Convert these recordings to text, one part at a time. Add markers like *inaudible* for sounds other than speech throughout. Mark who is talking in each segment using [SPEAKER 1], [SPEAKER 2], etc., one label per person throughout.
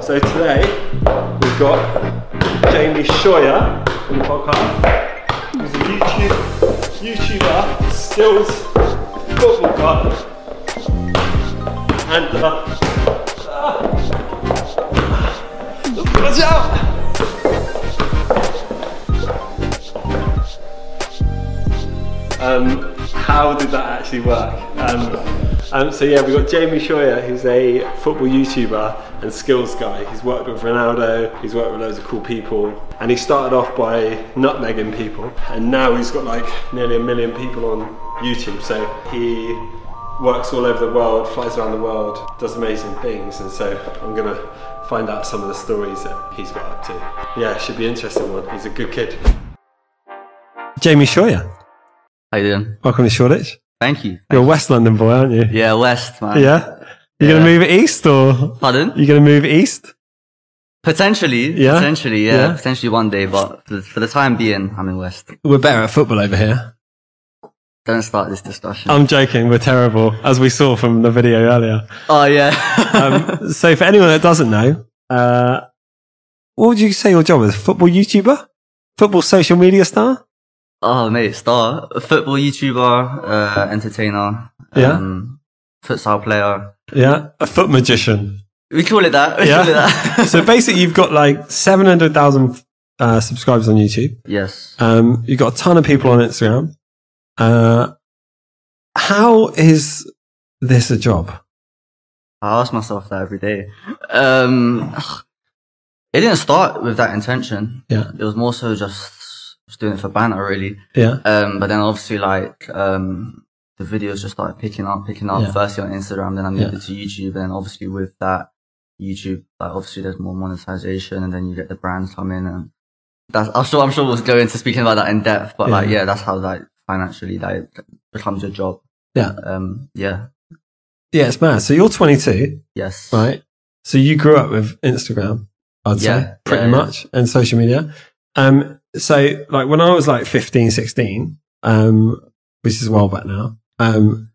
[SPEAKER 1] So today we've got Jamie Scheuer on the podcast. He's a YouTube YouTuber, skills football guy, and uh, *laughs* ah, watch out! Um, how did that actually work? Um, um, so yeah, we've got Jamie Scheuer, who's a football YouTuber and skills guy. He's worked with Ronaldo, he's worked with loads of cool people, and he started off by nutmegging people, and now he's got like nearly a million people on YouTube. So he works all over the world, flies around the world, does amazing things, and so I'm gonna find out some of the stories that he's got up to. Yeah, should be an interesting one. He's a good kid. Jamie Scheuer,
[SPEAKER 2] How you doing?
[SPEAKER 1] welcome to Shoreditch.
[SPEAKER 2] Thank you.
[SPEAKER 1] You're a West London boy, aren't you?
[SPEAKER 2] Yeah, West, man.
[SPEAKER 1] Yeah. You're gonna
[SPEAKER 2] Yeah.
[SPEAKER 1] move it east or
[SPEAKER 2] Pardon?
[SPEAKER 1] you're gonna move east?
[SPEAKER 2] Potentially.
[SPEAKER 1] Yeah.
[SPEAKER 2] Potentially, yeah,
[SPEAKER 1] Yeah.
[SPEAKER 2] Potentially one day, but for the, for the time being, I'm in West.
[SPEAKER 1] We're better at football over here.
[SPEAKER 2] Don't start this discussion.
[SPEAKER 1] I'm joking, we're terrible, as we saw from the video earlier.
[SPEAKER 2] oh, yeah.
[SPEAKER 1] *laughs* Um, so for anyone that doesn't know, uh, what would you say your job is? Football YouTuber? Football social media star?
[SPEAKER 2] *laughs* oh, mate, star. Football YouTuber, uh, entertainer.
[SPEAKER 1] Yeah.
[SPEAKER 2] Um, futsal player.
[SPEAKER 1] Yeah. A foot magician.
[SPEAKER 2] We call it that. *laughs* We
[SPEAKER 1] Yeah.
[SPEAKER 2] call it
[SPEAKER 1] *laughs*
[SPEAKER 2] that.
[SPEAKER 1] so basically you've got like 700,000 uh, subscribers on YouTube.
[SPEAKER 2] yes.
[SPEAKER 1] Um, you've got a ton of people on Instagram. Uh, how is this a job?
[SPEAKER 2] I ask myself that every day. Um, *sighs* it didn't start with that intention.
[SPEAKER 1] Yeah.
[SPEAKER 2] It was more so just, just doing it for banter, really.
[SPEAKER 1] Yeah.
[SPEAKER 2] Um, but then obviously like, um, the videos just started picking up, picking up
[SPEAKER 1] Yeah.
[SPEAKER 2] firstly on Instagram, then I moved
[SPEAKER 1] Yeah.
[SPEAKER 2] it to YouTube. And then obviously with that YouTube, like obviously there's more monetization and then you get the brands come in and that's, I'm sure, I'm sure we'll go into speaking about that in depth, but like,
[SPEAKER 1] Yeah.
[SPEAKER 2] yeah, that's how like financially like becomes your job.
[SPEAKER 1] Yeah.
[SPEAKER 2] Um, yeah.
[SPEAKER 1] Yeah, it's mad. So you're 22,
[SPEAKER 2] Yes.
[SPEAKER 1] right? So you grew up with Instagram, I'd say,
[SPEAKER 2] Yeah,
[SPEAKER 1] pretty
[SPEAKER 2] yeah, yeah.
[SPEAKER 1] much, and social media. Um, so like when I was like 15, 16, um, which is a while back now, um,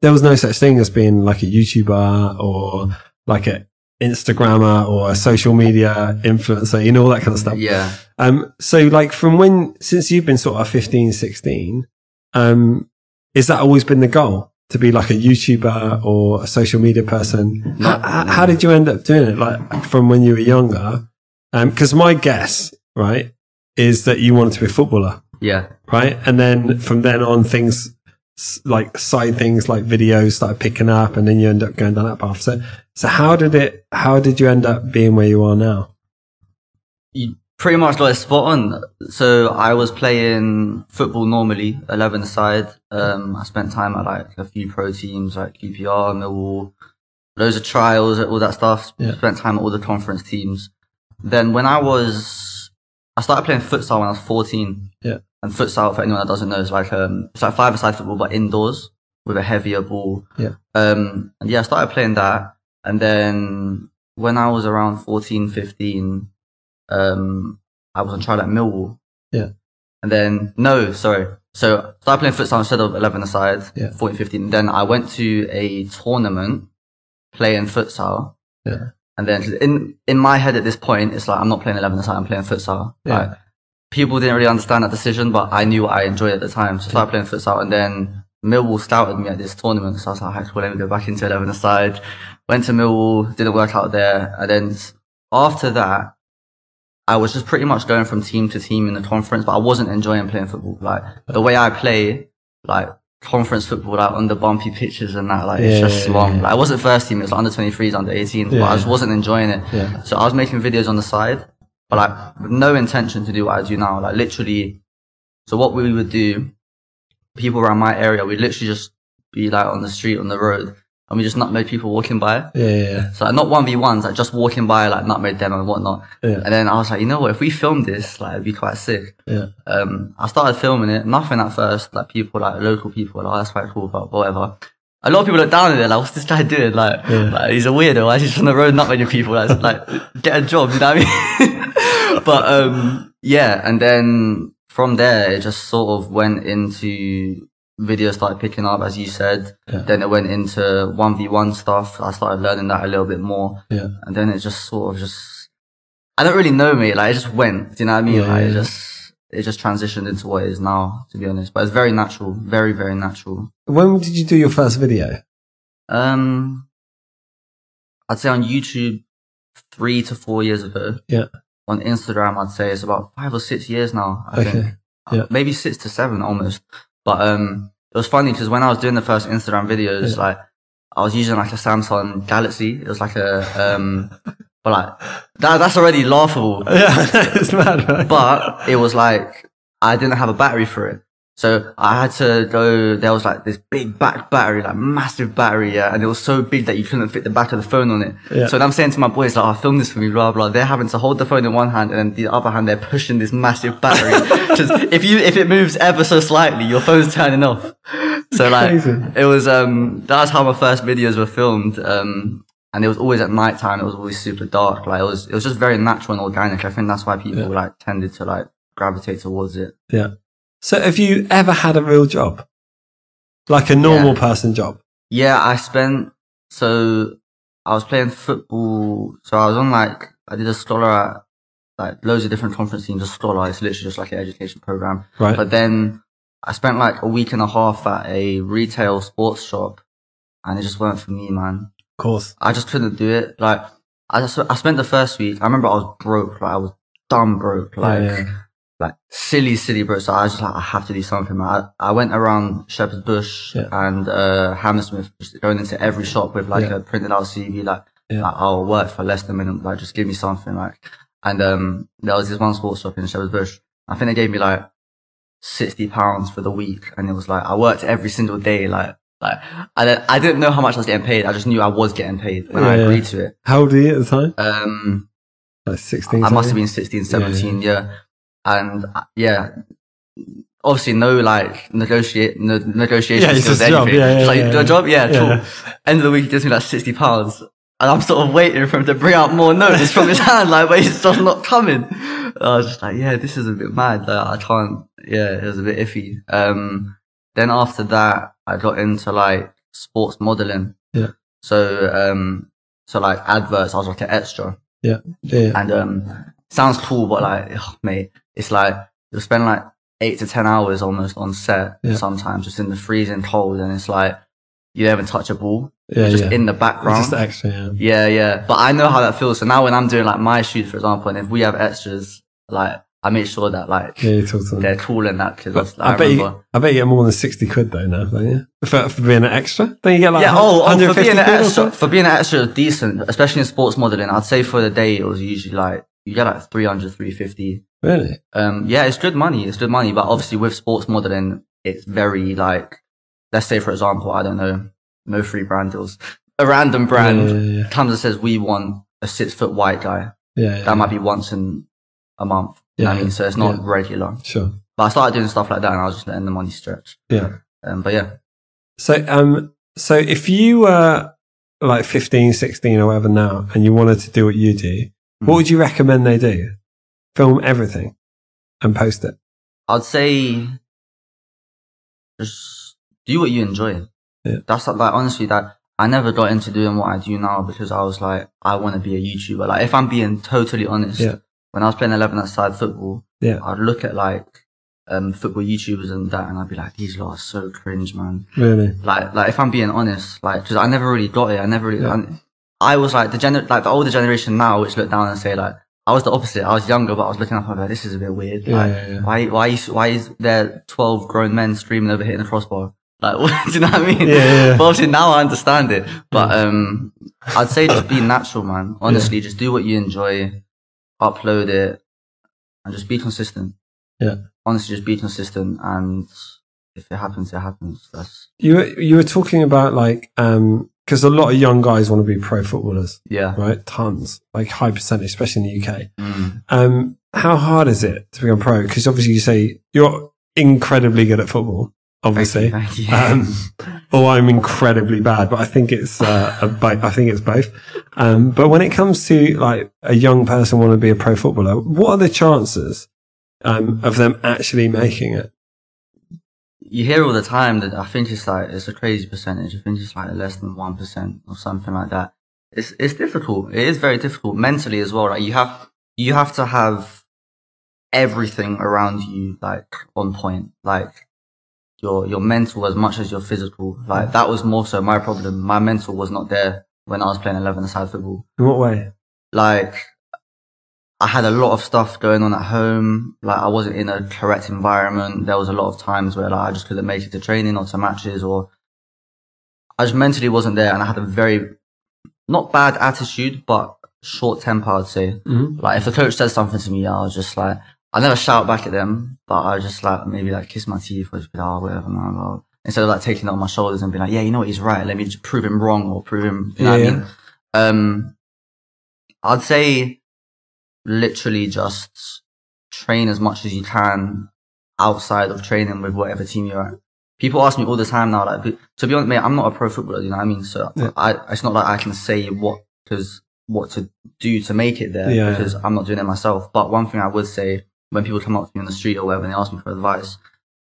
[SPEAKER 1] there was no such thing as being like a YouTuber or like a Instagrammer or a social media influencer, you know, all that kind of stuff.
[SPEAKER 2] Yeah.
[SPEAKER 1] Um, so like from when, since you've been sort of 15, 16, um, is that always been the goal to be like a YouTuber or a social media person?
[SPEAKER 2] No,
[SPEAKER 1] How, how-
[SPEAKER 2] no.
[SPEAKER 1] how did you end up doing it? Like from when you were younger? Um, cause my guess, right, is that you wanted to be a footballer,
[SPEAKER 2] Yeah.
[SPEAKER 1] right? And then from then on, things s- like side things like videos started picking up and then you end up going down that path. So, so how did it, how did you end up being where you are now?
[SPEAKER 2] you pretty much got it spot on. So I was playing football normally, eleven side. Um, I spent time at like a few pro teams like QPR, Millwall, loads of trials, all that stuff.
[SPEAKER 1] Yeah.
[SPEAKER 2] Spent time at all the conference teams. Then when I was, I started playing futsal when I was fourteen.
[SPEAKER 1] Yeah.
[SPEAKER 2] And futsal, for anyone that doesn't know, is like um, it's like five-a-side football but indoors with a heavier ball.
[SPEAKER 1] Yeah.
[SPEAKER 2] Um, and yeah, I started playing that, and then when I was around 14, 15, um, I was on trial at Millwall.
[SPEAKER 1] Yeah.
[SPEAKER 2] And then, no, sorry. So I started playing futsal instead of 11 aside,
[SPEAKER 1] Yeah.
[SPEAKER 2] 14, 15. Then I went to a tournament playing futsal.
[SPEAKER 1] Yeah.
[SPEAKER 2] And then in, in my head at this point, it's like, I'm not playing 11 aside, I'm playing futsal.
[SPEAKER 1] Yeah.
[SPEAKER 2] Like, people didn't really understand that decision, but I knew what I enjoyed at the time. So I started playing futsal and then Millwall scouted me at this tournament. So I was like, "Heck, well, let me go back into 11 aside. Went to Millwall, didn't work out there. And then s- after that, I was just pretty much going from team to team in the conference, but I wasn't enjoying playing football. Like the way I play, like conference football, like on the bumpy pitches and that, like it's
[SPEAKER 1] Yeah,
[SPEAKER 2] just
[SPEAKER 1] yeah,
[SPEAKER 2] long.
[SPEAKER 1] yeah.
[SPEAKER 2] Like I wasn't first team, it was like, under 23s, under 18s, but
[SPEAKER 1] Yeah.
[SPEAKER 2] I just wasn't enjoying it.
[SPEAKER 1] Yeah.
[SPEAKER 2] So I was making videos on the side, but like with no intention to do what I do now. Like literally, so what we would do, people around my area, we'd literally just be like on the street, on the road, and we just nutmeg people walking by.
[SPEAKER 1] Yeah. yeah, yeah.
[SPEAKER 2] So like not one v ones, like just walking by, like nutmeg them and whatnot.
[SPEAKER 1] Yeah.
[SPEAKER 2] And then I was like, you know what? If we filmed this, like it'd be quite sick.
[SPEAKER 1] Yeah.
[SPEAKER 2] Um, I started filming it. Nothing at first. Like people, like local people, were like oh, that's quite cool, but whatever. A lot of people look down at it, like, what's this guy doing? Like,
[SPEAKER 1] Yeah.
[SPEAKER 2] like, he's a weirdo. Why is he just on the road nutmegging people? Like, like, get a job, you know what I mean? *laughs* but, um, yeah. And then from there, it just sort of went into video started picking up, as you said. Then it went into 1v1 stuff. I started learning that a little bit more.
[SPEAKER 1] Yeah.
[SPEAKER 2] And then it just sort of just, I don't really know, mate. Like, it just went. Do you know what I mean?
[SPEAKER 1] Yeah,
[SPEAKER 2] like,
[SPEAKER 1] yeah.
[SPEAKER 2] it just, it just transitioned into what it is now, to be honest. But it's very natural. Very, very natural.
[SPEAKER 1] When did you do your first video?
[SPEAKER 2] Um, I'd say on YouTube, three to four years ago.
[SPEAKER 1] Yeah.
[SPEAKER 2] On Instagram, I'd say it's about five or six years now. I
[SPEAKER 1] Okay.
[SPEAKER 2] think.
[SPEAKER 1] Yeah.
[SPEAKER 2] Maybe six to seven almost. But um, it was funny because when I was doing the first Instagram videos, like I was using like a Samsung Galaxy. It was like a um, but like that that's already laughable
[SPEAKER 1] *laughs* Yeah, it's mad, right?
[SPEAKER 2] but it was like I didn't have a battery for it. So I had to go, there was like this big back battery, like massive battery, yeah, and it was so big that you couldn't fit the back of the phone on it.
[SPEAKER 1] Yeah.
[SPEAKER 2] So then I'm saying to my boys, like, oh, film this for me, blah, blah. They're having to hold the phone in one hand and then the other hand, they're pushing this massive battery. *laughs* Just, if you, if it moves ever so slightly, your phone's turning off. *laughs* So like,
[SPEAKER 1] Crazy.
[SPEAKER 2] it was, um, that's how my first videos were filmed. Um, and it was always at night time. It was always super dark. Like it was, it was just very natural and organic. I think that's why people like tended to like gravitate towards it.
[SPEAKER 1] yeah. So have you ever had a real job? Like a normal person job?
[SPEAKER 2] Yeah, I spent so I was playing football. So I was on like I did a scholar at like loads of different conference teams. A scholar is literally just like an education program.
[SPEAKER 1] Right.
[SPEAKER 2] But then I spent like a week and a half at a retail sports shop, and it just weren't for me, man.
[SPEAKER 1] Of course.
[SPEAKER 2] I just couldn't do it. Like I just I spent the first week. I remember I was broke. Like I was dumb broke. Like
[SPEAKER 1] yeah.
[SPEAKER 2] like silly, silly broke. So I was just like I have to do something. man. I I went around Shepherd's Bush
[SPEAKER 1] Yeah.
[SPEAKER 2] and uh, Hammersmith, just going into every shop with like
[SPEAKER 1] Yeah.
[SPEAKER 2] a printed out CV. Like,
[SPEAKER 1] Yeah.
[SPEAKER 2] like I'll work for less than minimum. Like just give me something. Like and um, there was this one sports shop in Shepherd's Bush. I think they gave me like sixty pounds for the week, and it was like I worked every single day. Like. Like, I didn't, I didn't know how much I was getting paid. I just knew I was getting paid when I
[SPEAKER 1] Yeah, yeah.
[SPEAKER 2] agreed to it.
[SPEAKER 1] How old were you at the time?
[SPEAKER 2] Um,
[SPEAKER 1] Like 16?
[SPEAKER 2] I must have been 16, 17, yeah. And uh, yeah, obviously no like negotiate, no negotiation
[SPEAKER 1] Yeah, it's
[SPEAKER 2] skills,
[SPEAKER 1] just a job,
[SPEAKER 2] anything.
[SPEAKER 1] yeah, yeah,
[SPEAKER 2] Just like,
[SPEAKER 1] yeah,
[SPEAKER 2] "Do a
[SPEAKER 1] yeah.
[SPEAKER 2] job? Yeah,
[SPEAKER 1] Yeah.
[SPEAKER 2] cool. End of the week, he gives me like 60 pounds. And I'm sort of waiting for him to bring out more notes
[SPEAKER 1] *laughs*
[SPEAKER 2] from his hand, like, but he's just not coming. I was just like, yeah, this is a bit mad. Like, I can't, yeah, it was a bit iffy. Um, then after that, I got into like sports modeling.
[SPEAKER 1] Yeah.
[SPEAKER 2] So, um, so like adverts, I was like an extra.
[SPEAKER 1] Yeah.
[SPEAKER 2] And um, sounds cool, but like, ugh, mate, it's like you'll spend like eight to ten hours almost on set
[SPEAKER 1] Yeah.
[SPEAKER 2] sometimes, just in the freezing cold, and it's like you don't even touch a ball,
[SPEAKER 1] Yeah,
[SPEAKER 2] You're just
[SPEAKER 1] yeah.
[SPEAKER 2] in the
[SPEAKER 1] It's
[SPEAKER 2] background.
[SPEAKER 1] just extra, yeah.
[SPEAKER 2] yeah, yeah. But I know how that feels. So now when I'm doing like my shoots, for example, and if we have extras, like I make sure that like
[SPEAKER 1] Yeah, you talk to them.
[SPEAKER 2] they're cool and that because
[SPEAKER 1] But
[SPEAKER 2] I,
[SPEAKER 1] I, bet
[SPEAKER 2] remember.
[SPEAKER 1] you, I bet you get more than 60 quid though now, don't you? For, for being an extra? Don't you get like
[SPEAKER 2] yeah, oh, oh, for
[SPEAKER 1] 150
[SPEAKER 2] being an
[SPEAKER 1] quid or
[SPEAKER 2] extra,
[SPEAKER 1] something?
[SPEAKER 2] for being an extra decent, especially in sports modeling, I'd say for the day it was usually like you get like 300, 350
[SPEAKER 1] Really?
[SPEAKER 2] Um, yeah, it's good money. It's good money, but obviously with sports modeling, it's very like, let's say for example, I don't know, no free brand deals. A random brand
[SPEAKER 1] Yeah, yeah, yeah.
[SPEAKER 2] comes and says we want a six foot white guy.
[SPEAKER 1] Yeah, yeah.
[SPEAKER 2] That might be once in a month. You know what I
[SPEAKER 1] Yeah,
[SPEAKER 2] mean, so it's not
[SPEAKER 1] yeah.
[SPEAKER 2] regular.
[SPEAKER 1] Sure.
[SPEAKER 2] But I started doing stuff like that, and I was just letting the money stretch.
[SPEAKER 1] Yeah.
[SPEAKER 2] Um, but yeah,
[SPEAKER 1] So, um, so if you were like 15, 16 or whatever now, and you wanted to do what you do, what would you recommend they do? Film everything and post it.
[SPEAKER 2] I'd say just do what you enjoy.
[SPEAKER 1] Yeah.
[SPEAKER 2] That's like, like honestly that I never got into doing what I do now because I was like I want to be a YouTuber. Like if I'm being totally honest,
[SPEAKER 1] Yeah.
[SPEAKER 2] when I was playing eleven outside football,
[SPEAKER 1] Yeah.
[SPEAKER 2] I'd look at like um football YouTubers and that, and I'd be like, these lot are so cringe, man.
[SPEAKER 1] Really?
[SPEAKER 2] Like like if I'm being honest, like because I never really got it. I never really.
[SPEAKER 1] Yeah.
[SPEAKER 2] I, I was like the gener- like the older generation now, which look down and say like. I was the opposite. I was younger, but I was looking up and like, this is a bit weird.
[SPEAKER 1] Yeah,
[SPEAKER 2] like,
[SPEAKER 1] yeah, yeah.
[SPEAKER 2] why, why, is, why is there 12 grown men screaming over hitting the crossbar? Like, *laughs* what, do you know what I mean?
[SPEAKER 1] Yeah, yeah, yeah.
[SPEAKER 2] But obviously now I understand it. But, um, I'd say just be natural, man. Honestly, just do what you enjoy, upload it, and just be consistent.
[SPEAKER 1] Yeah.
[SPEAKER 2] Honestly, just be consistent. And if it happens, it happens. That's,
[SPEAKER 1] You were, you were talking about like, um, because a lot of young guys want to be pro footballers,
[SPEAKER 2] yeah.
[SPEAKER 1] right? Tons, like high percentage, especially in the UK.
[SPEAKER 2] Mm.
[SPEAKER 1] Um, how hard is it to become pro? Because obviously you say you're incredibly good at football, obviously.
[SPEAKER 2] Thank you.
[SPEAKER 1] um, or I'm incredibly bad, but I think it's uh, a bo- I think it's both. Um, but when it comes to like a young person want to be a pro footballer, what are the chances um, of them actually making it?
[SPEAKER 2] you hear all the time that I think it's like it's a crazy percentage. I think it's like less than one percent or something like that. It's it's difficult. It is very difficult mentally as well. Like you have you have to have everything around you like on point. Like your your mental as much as your physical. Like that was more so my problem. My mental was not there when I was playing eleven side football.
[SPEAKER 1] In what way?
[SPEAKER 2] Like I had a lot of stuff going on at home. Like I wasn't in a correct environment. There was a lot of times where like I just couldn't make it to training or to matches or I just mentally wasn't there and I had a very not bad attitude but short temper I'd say.
[SPEAKER 1] Mhm.
[SPEAKER 2] Like if the coach said something to me, I was just like I never shout back at them, but I was just like maybe like kiss my teeth or just be like, oh, whatever, man. well," Instead of like taking it on my shoulders and being like, yeah, you know what, he's right. Let me just prove him wrong or prove him. You know
[SPEAKER 1] Yeah,
[SPEAKER 2] what I mean? Um, I'd say literally just train as much as you can outside of training with whatever team you're at. People ask me all the time now, like, be- to be honest, mate, I'm not a pro footballer, you know what I mean? So
[SPEAKER 1] Yeah.
[SPEAKER 2] I, it's not like I can say what, cause what to do to make it there
[SPEAKER 1] Yeah.
[SPEAKER 2] because I'm not doing it myself. But one thing I would say when people come up to me in the street or whatever and they ask me for advice,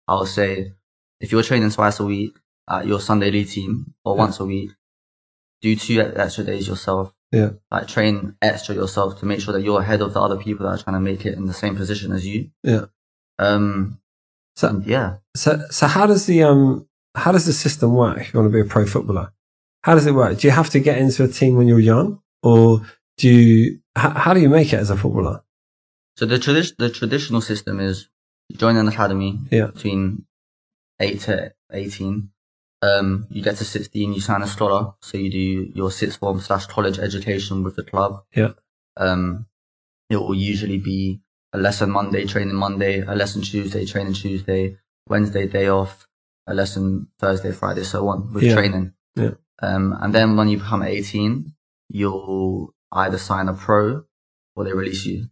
[SPEAKER 2] I'll say, if you're training twice a week at your Sunday league team or
[SPEAKER 1] Yeah.
[SPEAKER 2] once a week, do two e- extra days yourself.
[SPEAKER 1] Yeah.
[SPEAKER 2] Like train extra yourself to make sure that you're ahead of the other people that are trying to make it in the same position as you.
[SPEAKER 1] Yeah.
[SPEAKER 2] Um,
[SPEAKER 1] So-
[SPEAKER 2] and yeah.
[SPEAKER 1] So, so how does the um how does the system work? If you want to be a pro footballer, how does it work? Do you have to get into a team when you're young, or do you? How, how do you make it as a footballer?
[SPEAKER 2] So the tradi- the traditional system is you join an academy
[SPEAKER 1] Yeah.
[SPEAKER 2] between eight to eighteen. Um, you get to sixteen, you sign a scholar, so you do your sixth form slash college education with the club.
[SPEAKER 1] Yeah.
[SPEAKER 2] Um, it will usually be a lesson Monday, training Monday, a lesson Tuesday, training Tuesday, Wednesday day off, a lesson Thursday, Friday, so on with
[SPEAKER 1] Yeah.
[SPEAKER 2] training.
[SPEAKER 1] Yeah.
[SPEAKER 2] Um, and then when you become eighteen, you'll either sign a pro or they release you.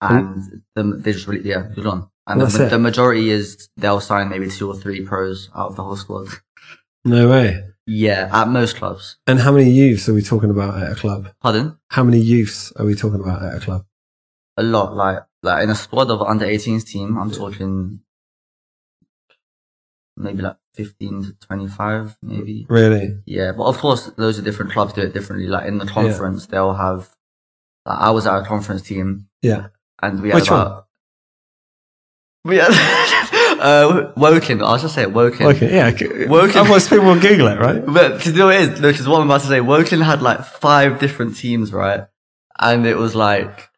[SPEAKER 2] And the, they just really, yeah, you're done. And
[SPEAKER 1] That's
[SPEAKER 2] the,
[SPEAKER 1] it.
[SPEAKER 2] the majority is they'll sign maybe two or three pros out of the whole squad.
[SPEAKER 1] No way.
[SPEAKER 2] yeah, at most clubs.
[SPEAKER 1] And how many youths are we talking about at a club?
[SPEAKER 2] Pardon?
[SPEAKER 1] How many youths are we talking about at a club?
[SPEAKER 2] A lot, like, like in a squad of under 18s team, I'm talking maybe like 15 to 25, maybe.
[SPEAKER 1] Really?
[SPEAKER 2] Yeah, but of course, those are different clubs do it differently. Like in the conference, they'll have, like I was at a conference team
[SPEAKER 1] Yeah.
[SPEAKER 2] and we had
[SPEAKER 1] Which
[SPEAKER 2] about, We had, *laughs* uh, Woking, I was just saying Woking.
[SPEAKER 1] Okay. Yeah. c-
[SPEAKER 2] Woking-
[SPEAKER 1] Otherwise, people will Google it, right?
[SPEAKER 2] But 'cause you know what it is, which is what I'm about to say. Woking had like five different teams, right? And it was like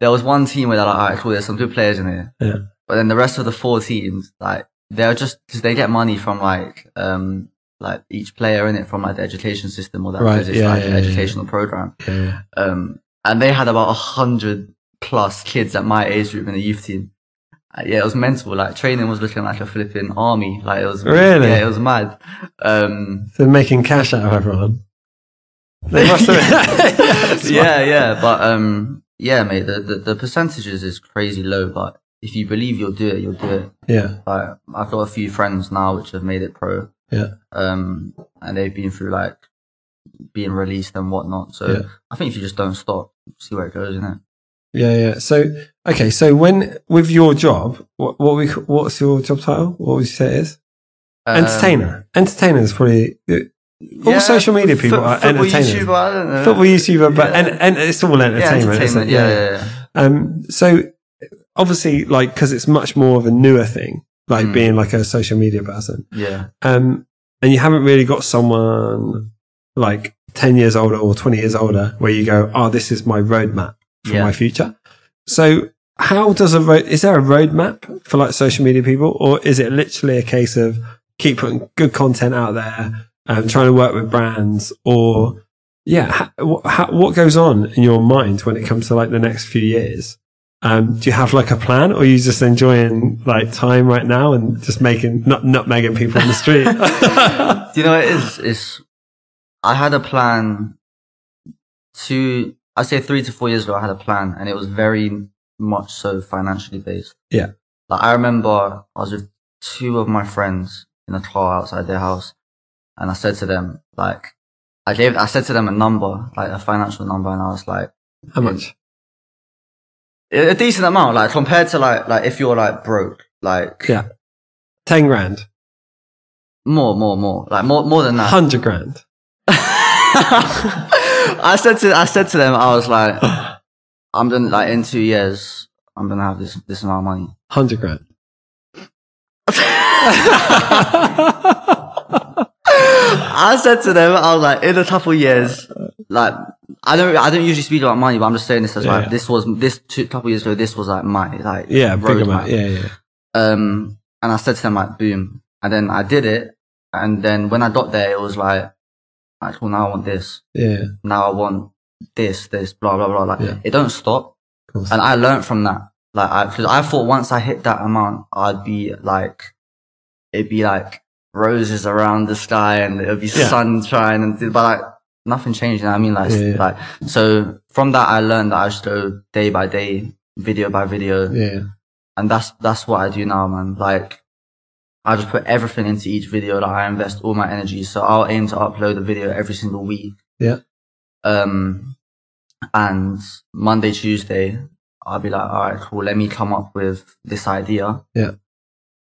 [SPEAKER 2] there was one team where they're like, "All right, cool, there's some good players in here,"
[SPEAKER 1] Yeah.
[SPEAKER 2] but then the rest of the four teams, like they're just because they get money from like um like each player in it from like the education system or that
[SPEAKER 1] Right,
[SPEAKER 2] because it's
[SPEAKER 1] yeah,
[SPEAKER 2] like an
[SPEAKER 1] yeah, yeah,
[SPEAKER 2] educational program.
[SPEAKER 1] Yeah.
[SPEAKER 2] Um, and they had about a hundred plus kids at my age group in the youth team. Uh, yeah, it was mental. Like training was looking like a flipping army. Like it was
[SPEAKER 1] Really?
[SPEAKER 2] yeah, it was mad. Um,
[SPEAKER 1] They're making cash out of everyone. They must have. *laughs*
[SPEAKER 2] *laughs* yeah, yeah, but um, yeah, mate, the, the the percentages is crazy low, but if you believe you'll do it, you'll do it.
[SPEAKER 1] Yeah.
[SPEAKER 2] Like I've got a few friends now which have made it pro.
[SPEAKER 1] Yeah.
[SPEAKER 2] Um, and they've been through like being released and whatnot. So
[SPEAKER 1] Yeah.
[SPEAKER 2] I think if you just don't stop, see where it goes, innit?
[SPEAKER 1] Yeah. Yeah. So, okay. So, when with your job, what, what we c- what's your job title? What would you say it is?
[SPEAKER 2] Um,
[SPEAKER 1] Entertainer. Entertainer is probably all social media people
[SPEAKER 2] Fo-
[SPEAKER 1] are
[SPEAKER 2] football
[SPEAKER 1] entertainers.
[SPEAKER 2] YouTuber, I don't know.
[SPEAKER 1] football YouTuber, but
[SPEAKER 2] Yeah.
[SPEAKER 1] and, and it's all entertainment.
[SPEAKER 2] yeah, entertainment.
[SPEAKER 1] isn't it?
[SPEAKER 2] yeah, yeah, yeah.
[SPEAKER 1] Um, so obviously, like, because it's much more of a newer thing, like
[SPEAKER 2] Mm.
[SPEAKER 1] being like a social media person.
[SPEAKER 2] Yeah.
[SPEAKER 1] Um, and you haven't really got someone like 10 years older or 20 years older where you go, oh, this is my roadmap for
[SPEAKER 2] Yeah.
[SPEAKER 1] my future. So how does a road, is there a roadmap for like social media people or is it literally a case of keep putting good content out there um, trying to work with brands or yeah, ha- wh- ha- what goes on in your mind when it comes to like the next few years? Um, do you have like a plan, or are you just enjoying like time right now and just making not nutmegging people on the street?
[SPEAKER 2] Do you know what it is? It's, I had a plan two, I say three to four years ago, I had a plan and it was very much so financially based.
[SPEAKER 1] Yeah.
[SPEAKER 2] Like I remember I was with two of my friends in a car outside their house and I said to them, like, I gave, I said to them a number, like a financial number and I was like,
[SPEAKER 1] How much?
[SPEAKER 2] a a decent amount, like compared to like, like if you're like broke, like,
[SPEAKER 1] Yeah. Ten grand.
[SPEAKER 2] More, more, more. Like more, more than that.
[SPEAKER 1] Hundred grand.
[SPEAKER 2] *laughs* I said to I said to them, I was like, I'm gonna like in two years, I'm gonna have this this amount of money.
[SPEAKER 1] Hundred grand.
[SPEAKER 2] I said to them, I was like, in a couple years, like I don't I don't usually speak about money, but I'm just saying this as
[SPEAKER 1] Yeah,
[SPEAKER 2] like
[SPEAKER 1] yeah.
[SPEAKER 2] this was this two couple years ago, this was like my like
[SPEAKER 1] Yeah, big
[SPEAKER 2] road
[SPEAKER 1] amount.
[SPEAKER 2] map.
[SPEAKER 1] Yeah, yeah.
[SPEAKER 2] Um, and I said to them like, boom. And then I did it. And then when I got there, it was like, like, well, now I want this.
[SPEAKER 1] Yeah.
[SPEAKER 2] Now I want this, this, blah, blah, blah. Like,
[SPEAKER 1] Yeah.
[SPEAKER 2] it don't stop.
[SPEAKER 1] Of course.
[SPEAKER 2] And I learned from that. Like, I, cause I thought once I hit that amount, I'd be like, it'd be like roses around the sky and it'd be
[SPEAKER 1] Yeah.
[SPEAKER 2] sunshine and, th- but like, nothing changed. You know what I mean? Like,
[SPEAKER 1] Yeah, yeah.
[SPEAKER 2] like, so from that, I learned that I should go day by day, video by video
[SPEAKER 1] Yeah.
[SPEAKER 2] and that's that's what I do now, man. Like, I just put everything into each video. Like, I invest all my energy. So I'll aim to upload a video every single week.
[SPEAKER 1] Yeah.
[SPEAKER 2] Um, and Monday, Tuesday, I'll be like, all right, cool. Let me come up with this idea.
[SPEAKER 1] Yeah.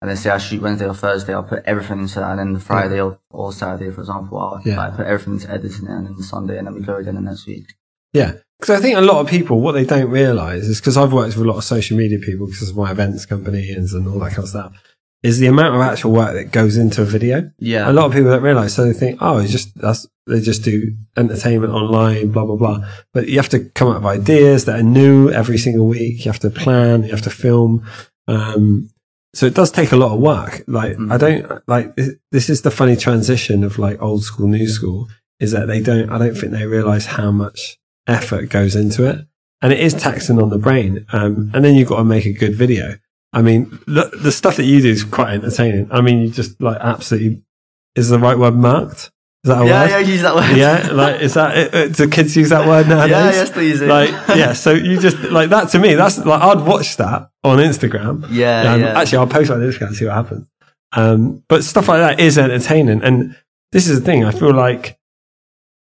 [SPEAKER 2] And then say I shoot Wednesday or Thursday. I'll put everything into that. And then Friday or, or Saturday, for example, I'll
[SPEAKER 1] Yeah.
[SPEAKER 2] like, put everything into editing it. And then Sunday, and then we go again the next week.
[SPEAKER 1] Yeah. Because I think a lot of people, what they don't realize is because I've worked with a lot of social media people because of my events company and and all that kind of stuff, is the amount of actual work that goes into a video.
[SPEAKER 2] Yeah.
[SPEAKER 1] A lot of people don't realize. So they think, oh, it's just, that's, they just do entertainment online, blah, blah, blah. But you have to come up with ideas that are new every single week. You have to plan, you have to film. Um, so it does take a lot of work. Like, I don't, like, this- this is the funny transition of like old school, new school is that they don't, I don't think they realize how much effort goes into it. And it is taxing on the brain. Um, and then you've got to make a good video. I mean, the, the stuff that you do is quite entertaining. I mean, you just like absolutely, is the right word marked? Is that a
[SPEAKER 2] Yeah,
[SPEAKER 1] word?
[SPEAKER 2] yeah, use that word.
[SPEAKER 1] yeah, like is that uh, uh, do kids use that word nowadays?
[SPEAKER 2] *laughs* Yeah, yes, they use it.
[SPEAKER 1] Like yeah, so you just like that to me. That's like I'd watch that on Instagram.
[SPEAKER 2] *laughs* Yeah,
[SPEAKER 1] Um,
[SPEAKER 2] yeah.
[SPEAKER 1] Actually, I'll post on Instagram and see what happens. Um, but stuff like that is entertaining, and this is the thing. I feel like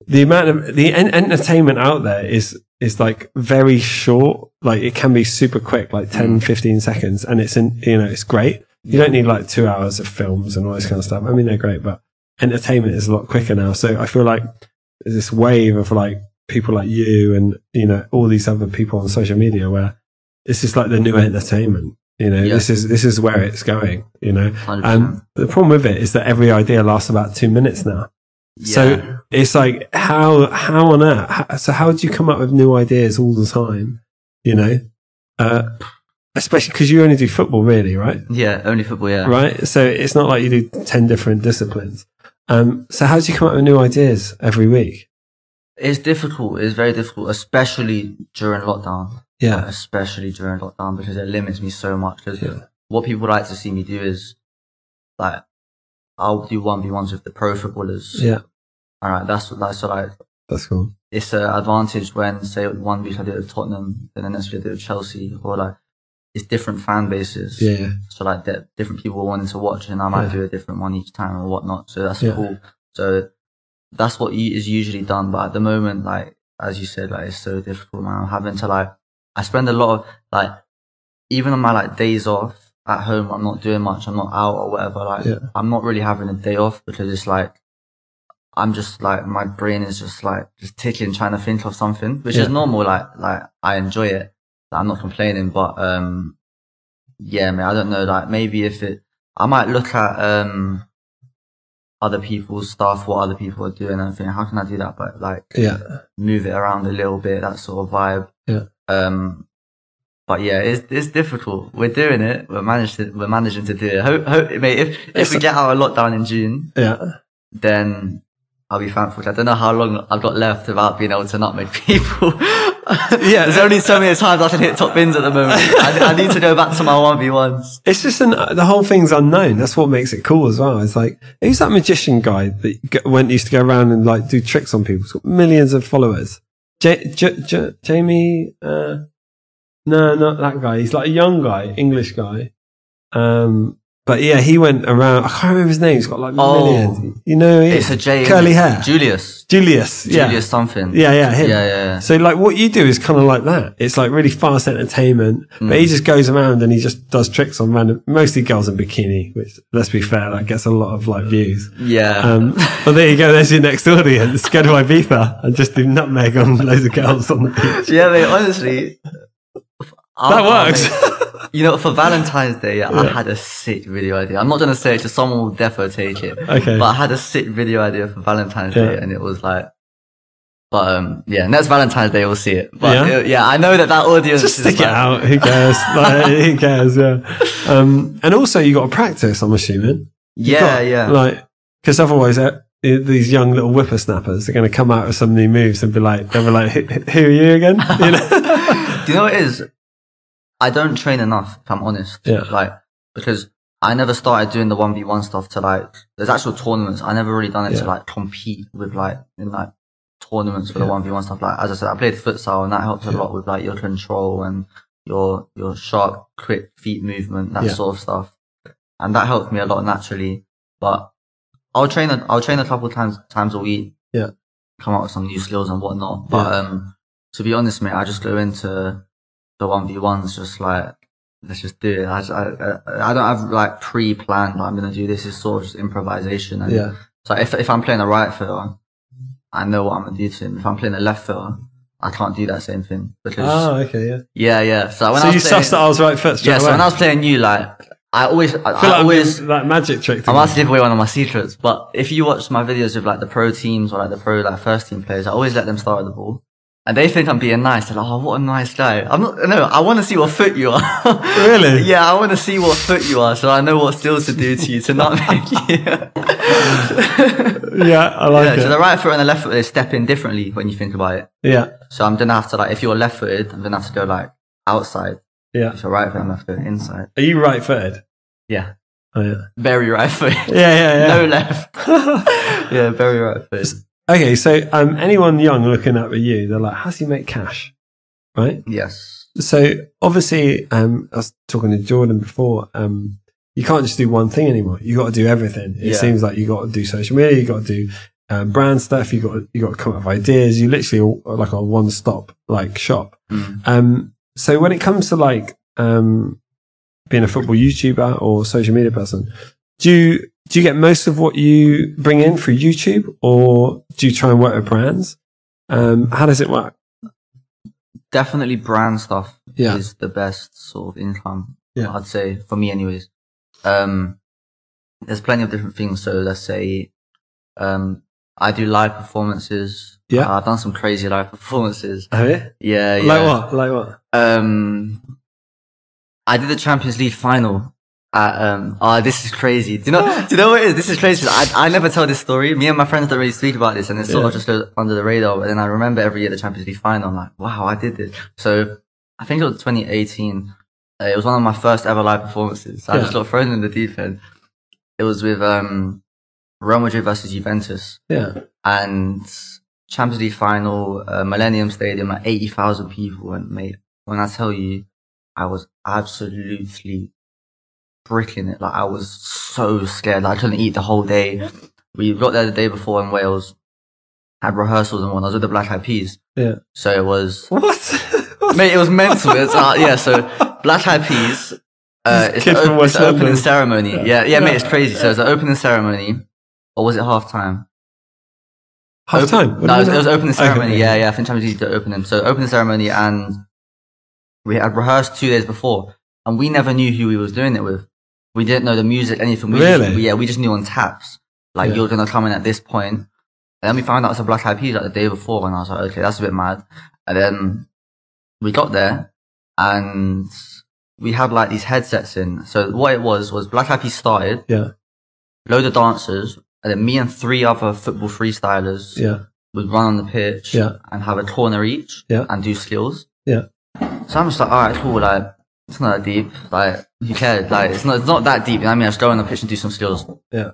[SPEAKER 1] the amount of the en- entertainment out there is is like very short. Like it can be super quick, like 10,
[SPEAKER 2] Mm.
[SPEAKER 1] 15 seconds, and it's in you know it's great. You don't need like two hours of films and all this kind of stuff. I mean, they're great, but entertainment is a lot quicker now. So I feel like there's this wave of like people like you and you know all these other people on social media where this is like the new entertainment. You know,
[SPEAKER 2] Yeah.
[SPEAKER 1] this is this is where it's going. You know,
[SPEAKER 2] 100%.
[SPEAKER 1] and the problem with it is that every idea lasts about two minutes now.
[SPEAKER 2] Yeah.
[SPEAKER 1] So it's like how how on earth? How, so how do you come up with new ideas all the time? You know, uh, especially because you only do football, really, right?
[SPEAKER 2] yeah, only football, yeah.
[SPEAKER 1] Right. So it's not like you do ten different disciplines. Um, so how do you come up with new ideas every week?
[SPEAKER 2] It's difficult. It's very difficult, especially during lockdown.
[SPEAKER 1] Yeah,
[SPEAKER 2] Especially during lockdown because it limits me so much. Because what people like to see me do is like I'll do one v ones with the pro footballers.
[SPEAKER 1] yeah,
[SPEAKER 2] All right, that's what that's so like
[SPEAKER 1] that's cool.
[SPEAKER 2] it's an advantage when say one week I do it with Tottenham, then the next week I do it with Chelsea, or like it's different fan bases.
[SPEAKER 1] Yeah, yeah.
[SPEAKER 2] So like that different people are wanting to watch, and I might
[SPEAKER 1] Yeah.
[SPEAKER 2] do a different one each time or whatnot. So that's
[SPEAKER 1] Yeah.
[SPEAKER 2] cool. So that's what u- is usually done, but at the moment, like as you said, like it's so difficult, man. I'm having to like I spend a lot of like even on my like days off at home, I'm not doing much. I'm not out or whatever. Like
[SPEAKER 1] Yeah.
[SPEAKER 2] I'm not really having a day off because it's like. I'm just like my brain is just like just ticking, trying to think of something, which
[SPEAKER 1] Yeah.
[SPEAKER 2] is normal. Like like I enjoy it. I'm not complaining, but um, yeah, man, I don't know. Like maybe if it, I might look at um other people's stuff, what other people are doing, and think, how can I do that? But like
[SPEAKER 1] Yeah,
[SPEAKER 2] move it around a little bit, that sort of vibe.
[SPEAKER 1] Yeah.
[SPEAKER 2] Um, but yeah, it's it's difficult. We're doing it. We're managed to, We're managing to do it. Hope, hope, mate. If if we get out of lockdown in June,
[SPEAKER 1] yeah.
[SPEAKER 2] then I'll be thankful. I don't know how long I've got left without being able to not make people. *laughs*
[SPEAKER 1] Yeah.
[SPEAKER 2] there's only so many times I can hit top bins at the moment. I, I need to go back to my one v ones.
[SPEAKER 1] It's just an, the whole thing's unknown. That's what makes it cool as well. It's like who's that magician guy that g- went used to go around and like do tricks on people? He's got millions of followers. J- J- J- Jamie? Uh, no, not that guy. He's like a young guy, English guy. Um, But yeah, he went around. I can't remember his name. He's got like
[SPEAKER 2] Oh.
[SPEAKER 1] millions. You know, who he
[SPEAKER 2] It's
[SPEAKER 1] is?
[SPEAKER 2] a J. E.
[SPEAKER 1] curly hair.
[SPEAKER 2] Julius.
[SPEAKER 1] Julius. Yeah.
[SPEAKER 2] Julius something.
[SPEAKER 1] Yeah, yeah, him.
[SPEAKER 2] Yeah, yeah.
[SPEAKER 1] So like what you do is kind of like that. It's like really fast entertainment, but
[SPEAKER 2] Mm.
[SPEAKER 1] he just goes around and he just does tricks on random, mostly girls in bikini. Which let's be fair, that gets a lot of like views.
[SPEAKER 2] Yeah.
[SPEAKER 1] Um, but there you go. There's your next audience. Go to Ibiza and just do nutmeg on loads of girls on the
[SPEAKER 2] *laughs*
[SPEAKER 1] beach.
[SPEAKER 2] yeah, mate, honestly.
[SPEAKER 1] *laughs* That
[SPEAKER 2] I'll- I'll
[SPEAKER 1] works.
[SPEAKER 2] make- *laughs* You know, for Valentine's Day, I had a sick video idea. I'm not gonna say it, just someone will definitely take it.
[SPEAKER 1] Okay.
[SPEAKER 2] But I had a sick video idea for Valentine's Day,
[SPEAKER 1] Yeah.
[SPEAKER 2] and it was like, but um, yeah, next Valentine's Day we'll see it. But
[SPEAKER 1] Yeah?
[SPEAKER 2] yeah, yeah I know that that audience
[SPEAKER 1] just
[SPEAKER 2] is
[SPEAKER 1] stick it
[SPEAKER 2] like-
[SPEAKER 1] out. Who cares? Like, who cares? Yeah. Um, and also you got to practice. I'm assuming.
[SPEAKER 2] Yeah,
[SPEAKER 1] Got-
[SPEAKER 2] yeah,
[SPEAKER 1] Like, because otherwise, uh, i- these young little whippersnappers are going to come out with some new moves and be like, they'll be like, who, who are you again? *laughs* You
[SPEAKER 2] *laughs*
[SPEAKER 1] know?
[SPEAKER 2] Do you know what it is? I don't train enough, if I'm honest.
[SPEAKER 1] Yeah.
[SPEAKER 2] Like, because I never started doing the 1v1 stuff to like, there's actual tournaments. I never really done it to
[SPEAKER 1] Yeah.
[SPEAKER 2] like compete with like, in like tournaments for the 1v1 stuff. Like, as I said, I played futsal and that helps a lot with like your control and your, your sharp, quick feet movement, that
[SPEAKER 1] Yeah.
[SPEAKER 2] sort of stuff. And that helped me a lot naturally. But I'll train, a, I'll train a couple times, times a week.
[SPEAKER 1] Yeah.
[SPEAKER 2] Come out with some new skills and whatnot. But,
[SPEAKER 1] Yeah.
[SPEAKER 2] um, to be honest, mate, I just go into the one v ones just like let's just do it. I, just, I, I I don't have like pre-planned. Like, I'm gonna do this. It's sort of just improvisation. And
[SPEAKER 1] yeah.
[SPEAKER 2] So if if I'm playing a right fielder, I know what I'm gonna do to him. If I'm playing a left fielder, I can't do that same thing because
[SPEAKER 1] Oh, okay. Yeah.
[SPEAKER 2] yeah, yeah. So when
[SPEAKER 1] so
[SPEAKER 2] I
[SPEAKER 1] you
[SPEAKER 2] was playing,
[SPEAKER 1] sussed that I was right foot straight
[SPEAKER 2] yeah, so
[SPEAKER 1] away.
[SPEAKER 2] when I was playing you, like I always I,
[SPEAKER 1] I feel
[SPEAKER 2] I
[SPEAKER 1] like I'm
[SPEAKER 2] always
[SPEAKER 1] doing that magic trick.
[SPEAKER 2] I *laughs*
[SPEAKER 1] thing.
[SPEAKER 2] must give away one of my secrets, but if you watch my videos of like the pro teams or like the pro like first team players, I always let them start with the ball. And they think I'm being nice. They're like, oh, what a nice guy. I'm not, no, I want to see what foot you are. *laughs*
[SPEAKER 1] Really?
[SPEAKER 2] yeah, I want to see what foot you are so I know what skills to do to you to not *laughs* make you.
[SPEAKER 1] yeah, I
[SPEAKER 2] yeah,
[SPEAKER 1] like
[SPEAKER 2] so
[SPEAKER 1] it.
[SPEAKER 2] the right foot and the left foot, they step in differently when you think about it.
[SPEAKER 1] yeah.
[SPEAKER 2] So I'm going to have to like, if you're left footed, I'm going to have to go like outside.
[SPEAKER 1] Yeah.
[SPEAKER 2] If you're right footed, I'm going to have to go inside.
[SPEAKER 1] Are you right footed?
[SPEAKER 2] Yeah.
[SPEAKER 1] Oh, yeah.
[SPEAKER 2] Very right foot.
[SPEAKER 1] Yeah,
[SPEAKER 2] *laughs* no
[SPEAKER 1] yeah,
[SPEAKER 2] left.
[SPEAKER 1] yeah.
[SPEAKER 2] yeah, very right foot.
[SPEAKER 1] *laughs* okay, so um, anyone young looking up at you, they're like, how do you make cash? Right?
[SPEAKER 2] Yes.
[SPEAKER 1] So obviously, um, I was talking to Jordan before. Um, you can't just do one thing anymore. You got to do everything. It
[SPEAKER 2] Yeah.
[SPEAKER 1] seems like you got to do social media. You got to do um, brand stuff. You got to, you got to come up with ideas. You literally are like a one stop like shop.
[SPEAKER 2] Mm.
[SPEAKER 1] Um, so when it comes to like um, being a football YouTuber or social media person, do you do you get most of what you bring in through YouTube, or do you try and work with brands? Um, how does it work?
[SPEAKER 2] Definitely brand stuff
[SPEAKER 1] Yeah.
[SPEAKER 2] is the best sort of income.
[SPEAKER 1] Yeah.
[SPEAKER 2] I'd say for me anyways. Um there's plenty of different things. So let's say um I do live performances.
[SPEAKER 1] Yeah.
[SPEAKER 2] I've done some crazy live *laughs* performances.
[SPEAKER 1] Oh, yeah?
[SPEAKER 2] Yeah, yeah.
[SPEAKER 1] Like what? Like what?
[SPEAKER 2] Um I did the Champions League final. At, um, oh, this is crazy. Do you know? do you know what it is? This is crazy. I, I never tell this story. Me and my friends don't really speak about this, and it sort of
[SPEAKER 1] Yeah.
[SPEAKER 2] just goes under the radar. But then I remember every year the Champions League final. I'm like, wow, I did this. So I think it was 2018. Uh, it was one of my first ever live performances. I
[SPEAKER 1] Yeah.
[SPEAKER 2] just got thrown in the deep end. It was with um, Real Madrid versus Juventus
[SPEAKER 1] Yeah.
[SPEAKER 2] and Champions League final, uh, Millennium Stadium at 80,000 people. And mate, when I tell you, I was absolutely bricking it. Like I was so scared. Like, I couldn't eat the whole day. We got there the day before in Wales, had rehearsals and whatnot. I was with the Black Eyed Peas.
[SPEAKER 1] Yeah.
[SPEAKER 2] So it was,
[SPEAKER 1] What? *laughs*
[SPEAKER 2] mate, it was mental. It's, uh, yeah. So Black Eyed Peas, uh, it's,
[SPEAKER 1] kid
[SPEAKER 2] the,
[SPEAKER 1] from
[SPEAKER 2] op- it's
[SPEAKER 1] West
[SPEAKER 2] the opening
[SPEAKER 1] London.
[SPEAKER 2] ceremony. Yeah. yeah. mate, it's crazy. So it was the opening ceremony. Or was it half time?
[SPEAKER 1] Half
[SPEAKER 2] Open-
[SPEAKER 1] time. What do
[SPEAKER 2] No, it
[SPEAKER 1] you
[SPEAKER 2] was,
[SPEAKER 1] mean?
[SPEAKER 2] it was opening
[SPEAKER 1] Okay,
[SPEAKER 2] ceremony. Yeah, yeah. I think Champions League did open them. So opening ceremony, and we had rehearsed two days before, and we never knew who we was doing it with. We didn't know the music, anything. We Just,
[SPEAKER 1] Really?
[SPEAKER 2] yeah, we just knew on taps. Like
[SPEAKER 1] Yeah.
[SPEAKER 2] you're gonna come in at this point, and then we found out it's a Black Eyed Peas like the day before, and I was like, okay, that's a bit mad. And then we got there, and we had like these headsets in. So what it was was Black Eyed Peas started,
[SPEAKER 1] Yeah.
[SPEAKER 2] load of dancers, and then me and three other football freestylers
[SPEAKER 1] Yeah.
[SPEAKER 2] would run on the pitch
[SPEAKER 1] Yeah.
[SPEAKER 2] and have a corner each
[SPEAKER 1] Yeah.
[SPEAKER 2] and do skills.
[SPEAKER 1] Yeah.
[SPEAKER 2] So I'm just like, all right, cool. Like, it's not that deep. Like, who cares? Like, it's not, it's not that deep. You know what I mean, I just go on the pitch and do some skills.
[SPEAKER 1] Yeah.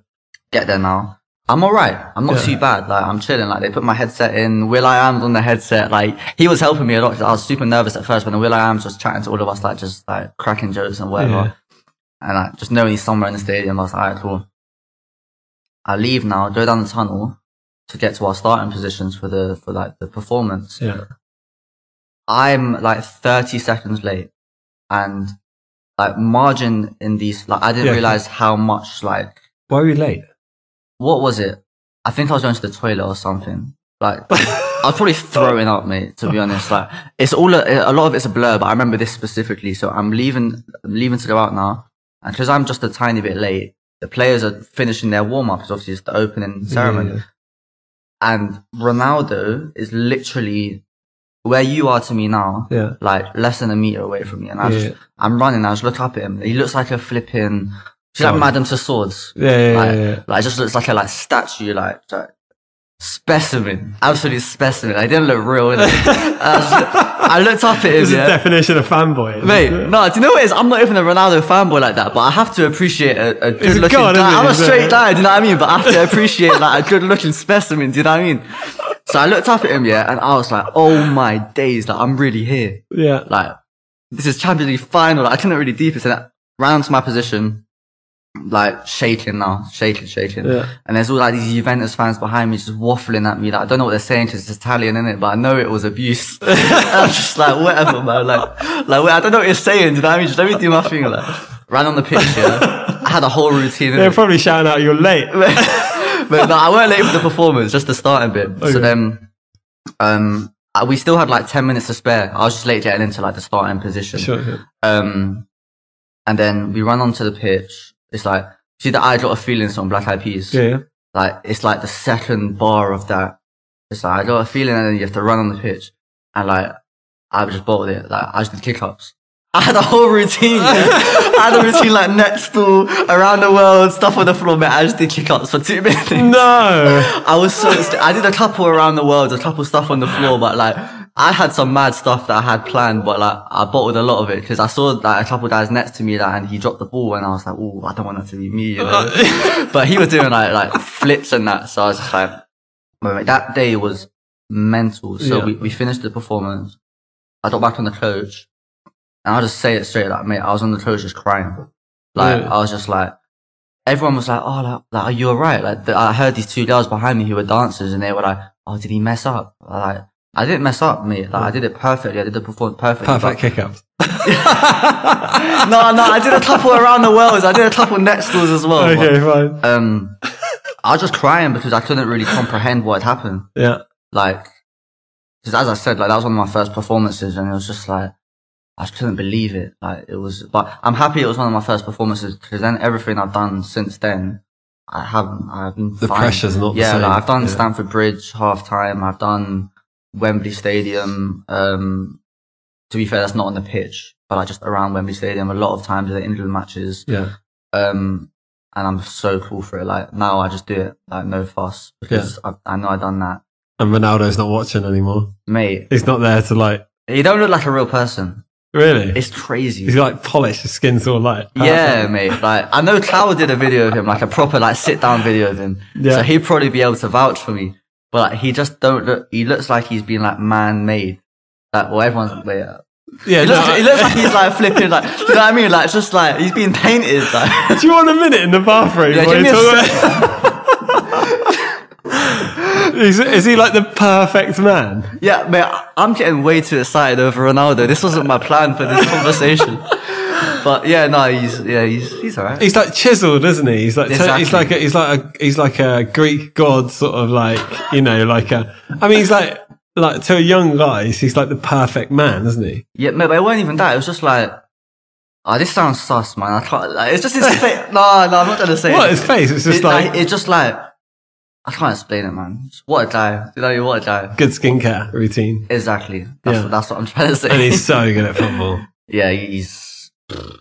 [SPEAKER 2] Get there now. I'm all right. I'm not
[SPEAKER 1] Yeah.
[SPEAKER 2] too bad. Like, I'm chilling. Like, they put my headset in. Will I Am's on the headset. Like, he was helping me a lot. 'cause I was super nervous at first, but then Will I Am's was chatting to all of us, like, just like cracking jokes and whatever.
[SPEAKER 1] Yeah.
[SPEAKER 2] And like just knowing he's somewhere in the stadium, I was like, alright, cool. I leave now, go down the tunnel to get to our starting positions for the for like the performance.
[SPEAKER 1] Yeah.
[SPEAKER 2] I'm like 30 seconds late and like margin in these, like I didn't
[SPEAKER 1] Yeah.
[SPEAKER 2] realize how much like,
[SPEAKER 1] Why were you late?
[SPEAKER 2] what was it? I think I was going to the toilet or something. Like
[SPEAKER 1] *laughs*
[SPEAKER 2] I was probably throwing up, mate, to be honest. Like it's all, a, a lot of it's a blur, but I remember this specifically. So I'm leaving, I'm leaving to go out now. And cause I'm just a tiny bit late, the players are finishing their warm up. Obviously it's the opening ceremony
[SPEAKER 1] Yeah.
[SPEAKER 2] and Ronaldo is literally where you are to me now,
[SPEAKER 1] Yeah.
[SPEAKER 2] like less than a meter away from me. And I
[SPEAKER 1] Yeah.
[SPEAKER 2] just, I'm running. I just look up at him. He looks like a flipping, she's like
[SPEAKER 1] God.
[SPEAKER 2] Madame Tussauds.
[SPEAKER 1] Yeah, yeah, yeah,
[SPEAKER 2] Like,
[SPEAKER 1] yeah.
[SPEAKER 2] like just looks like a like statue, like, like specimen, absolute specimen. I didn't look
[SPEAKER 1] *laughs*
[SPEAKER 2] real. innit? I, just- I looked up at him.
[SPEAKER 1] This is
[SPEAKER 2] yeah.
[SPEAKER 1] the definition of fanboy.
[SPEAKER 2] Mate, no, do you know what it is? I'm not even a Ronaldo fanboy like that, but I have to appreciate a, a good looking
[SPEAKER 1] god, isn't
[SPEAKER 2] guy.
[SPEAKER 1] he?
[SPEAKER 2] I'm a
[SPEAKER 1] He's a-
[SPEAKER 2] straight guy, do you know what I mean? But I have to appreciate like a good looking specimen, do you know what I mean? So I looked up at him, yeah, and I was like, oh my days, like I'm really here.
[SPEAKER 1] Yeah.
[SPEAKER 2] Like, this is Champions League final. Like, I couldn't really deep it. So I ran to my position, like shaking now, shaking, shaking.
[SPEAKER 1] Yeah.
[SPEAKER 2] And there's all like these Juventus fans behind me just waffling at me. Like, I don't know what they're saying because it's Italian in it, but I know it was abuse.
[SPEAKER 1] *laughs*
[SPEAKER 2] *laughs* I'm just like, whatever, man. Like, like, I don't know what you're saying. Do you know what I mean? Just let me do my thing. Like, ran on the pitch. Yeah. I had a whole routine.
[SPEAKER 1] They're
[SPEAKER 2] innit?
[SPEAKER 1] probably shouting out, you're late.
[SPEAKER 2] but no, I weren't late for the performance, just the starting bit. So
[SPEAKER 1] Okay.
[SPEAKER 2] then, um, I- we still had like 10 minutes to spare. I was just late getting into like the starting
[SPEAKER 1] *laughs*
[SPEAKER 2] position.
[SPEAKER 1] Sure, yeah.
[SPEAKER 2] Um, and then we run onto the pitch. It's like, see the I Got a Feeling song, Black Eyed Peas.
[SPEAKER 1] Yeah, yeah.
[SPEAKER 2] Like, it's like the second bar of that. It's like, I got a feeling and then you have to run on the pitch. And like, I just bottled it. Like, I just did kick ups. *laughs* I had a whole routine. yeah. I had a routine like next stool, around the world, stuff on the floor, man. I just did kick ups for two minutes.
[SPEAKER 1] No.
[SPEAKER 2] I was so st- I did a couple around the world, a couple stuff on the floor, but like I had some mad stuff that I had planned, but like I bottled a lot of it because I saw like a couple guys next to me like, and he dropped the ball and I was like, oh, I don't want that to be me, you know. but he was doing like like flips and that, so I was just like, wait, wait, that day was mental. So
[SPEAKER 1] Yeah.
[SPEAKER 2] we, we finished the performance. I got back on the coach, and I'll just say it straight, like mate, I was on the coach just crying. Like
[SPEAKER 1] Yeah.
[SPEAKER 2] I was just like everyone was like, "Oh, like, like are you alright?" Like the, I heard these two girls behind me who were dancers, and they were like, "Oh, did he mess up?" Like I didn't mess up, mate. Like I did it perfectly. I did the performance perfectly. but-
[SPEAKER 1] *laughs* Perfect kick ups.
[SPEAKER 2] *laughs* no, no, I did a couple around the world. I did a couple next doors as Oh, well. but,
[SPEAKER 1] Okay, fine.
[SPEAKER 2] um, I was just crying because I couldn't really comprehend what had happened.
[SPEAKER 1] Yeah.
[SPEAKER 2] Like, because as I said, like that was one of my first performances, and it was just like. I just couldn't believe it. Like it was, but I'm happy it was one of my first performances because then everything I've done since then, I haven't. I've been
[SPEAKER 1] The pressure's not the
[SPEAKER 2] Yeah,
[SPEAKER 1] same.
[SPEAKER 2] like, I've done
[SPEAKER 1] Yeah.
[SPEAKER 2] Stamford Bridge half time. I've done Wembley Stadium. Um, to be fair, that's not on the pitch, but like just around Wembley Stadium a lot of times at the England matches.
[SPEAKER 1] Yeah.
[SPEAKER 2] Um, and I'm so cool for it. Like now, I just do it like no fuss because I, I know I've done that,
[SPEAKER 1] And Ronaldo's not watching anymore.
[SPEAKER 2] mate.
[SPEAKER 1] He's not there to like,
[SPEAKER 2] You don't look like a real person.
[SPEAKER 1] really?
[SPEAKER 2] It's crazy.
[SPEAKER 1] He's like polished, his skin's all light.
[SPEAKER 2] Yeah, mate. Like I know Clow did a video of him, like a proper like sit down video of him.
[SPEAKER 1] Yeah.
[SPEAKER 2] So he'd probably be able to vouch for me. But like, he just don't look. He looks like he's been like man made. Like well, everyone's wait. uh,
[SPEAKER 1] Yeah,
[SPEAKER 2] He
[SPEAKER 1] no,
[SPEAKER 2] looks, he looks like he's like flipping. Like do you know what I mean? Like it's just like he's being painted. Like *laughs*
[SPEAKER 1] Do you want a minute in the bathroom?
[SPEAKER 2] Yeah,
[SPEAKER 1] while
[SPEAKER 2] give
[SPEAKER 1] you're
[SPEAKER 2] me a
[SPEAKER 1] *laughs* talking- is, is he like the perfect man?
[SPEAKER 2] yeah, mate. I- I'm getting way too excited over Ronaldo. This wasn't my plan for this
[SPEAKER 1] *laughs*
[SPEAKER 2] conversation. But yeah, no, he's yeah, he's he's alright.
[SPEAKER 1] He's like chiseled, isn't he? He's like he's
[SPEAKER 2] Exactly.
[SPEAKER 1] like a, he's like a he's like a Greek god, sort of like you know, like a. I mean, he's like like to a young guy, he's he's like the perfect man, isn't he?
[SPEAKER 2] Yeah, mate, but it wasn't even that. It was just like, oh, this sounds sus, man. I can't. Like, it's just his
[SPEAKER 1] *laughs*
[SPEAKER 2] face. No, no, I'm not gonna say.
[SPEAKER 1] What
[SPEAKER 2] it.
[SPEAKER 1] his face? It's just
[SPEAKER 2] It-
[SPEAKER 1] like,
[SPEAKER 2] it's just like I can't explain it, man. What a guy. You know, what a guy.
[SPEAKER 1] good skincare routine,
[SPEAKER 2] Exactly. That's,
[SPEAKER 1] Yeah.
[SPEAKER 2] what, that's what I'm trying to say.
[SPEAKER 1] and he's so good at football.
[SPEAKER 2] *laughs* yeah, he's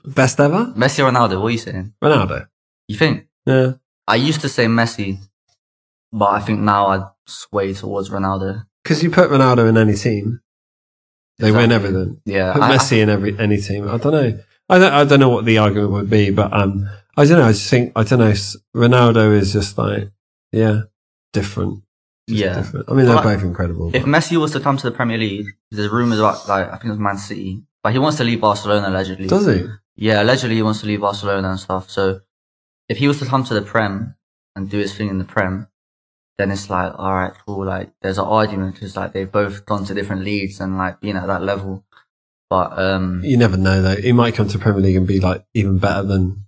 [SPEAKER 1] Best ever,
[SPEAKER 2] Messi, or Ronaldo. What are you saying?
[SPEAKER 1] Ronaldo.
[SPEAKER 2] You think?
[SPEAKER 1] Yeah,
[SPEAKER 2] I used to say Messi, but I think now I sway towards Ronaldo.
[SPEAKER 1] because you put Ronaldo in any team, they win
[SPEAKER 2] Exactly.
[SPEAKER 1] everything.
[SPEAKER 2] Yeah,
[SPEAKER 1] Put
[SPEAKER 2] I- I-
[SPEAKER 1] Messi in every any team. I don't know. I don't. I don't know what the argument would be, but um, I don't know. I just think I don't know. S- Ronaldo is just like yeah, different. Just
[SPEAKER 2] yeah.
[SPEAKER 1] different. I mean, they're
[SPEAKER 2] Well, I-
[SPEAKER 1] both incredible.
[SPEAKER 2] If
[SPEAKER 1] but-
[SPEAKER 2] Messi was to come to the Premier League, there's rumours about like I think it was Man City, but he wants to leave Barcelona allegedly.
[SPEAKER 1] does he?
[SPEAKER 2] Yeah, allegedly he wants to leave Barcelona and stuff. So if he was to come to the Prem and do his thing in the Prem, then it's like, all right, cool. Like there's an argument because like they've both gone to different leagues and like been at that level. But um,
[SPEAKER 1] You never know though. He might come to Premier League and be like even better than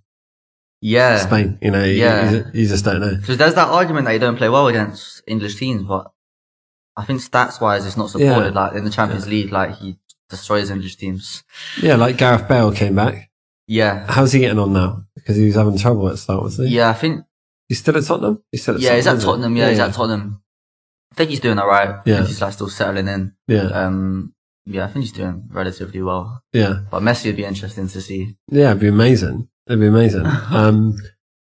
[SPEAKER 2] yeah,
[SPEAKER 1] Spain. You know, yeah.
[SPEAKER 2] Yeah.
[SPEAKER 1] you, you just don't know.
[SPEAKER 2] Because there's that argument that you don't play well against English teams, but I think stats wise it's not supported. Like in the Champions League, like he destroys English teams.
[SPEAKER 1] Yeah, like Gareth Bale came back.
[SPEAKER 2] Yeah.
[SPEAKER 1] How's he getting on now? Because he was having trouble at the start, wasn't he?
[SPEAKER 2] Yeah, I think
[SPEAKER 1] He's still at Tottenham. He's still at
[SPEAKER 2] yeah,
[SPEAKER 1] Tottenham,
[SPEAKER 2] he's at
[SPEAKER 1] isn't he?
[SPEAKER 2] Tottenham, yeah, he's at Tottenham. I think he's doing alright. I
[SPEAKER 1] Yeah.
[SPEAKER 2] think he's like still settling in.
[SPEAKER 1] yeah,
[SPEAKER 2] Um yeah, I think he's doing relatively well.
[SPEAKER 1] yeah.
[SPEAKER 2] But Messi would be interesting to see.
[SPEAKER 1] Yeah, it'd be amazing. It'd be
[SPEAKER 2] *laughs*
[SPEAKER 1] amazing. um,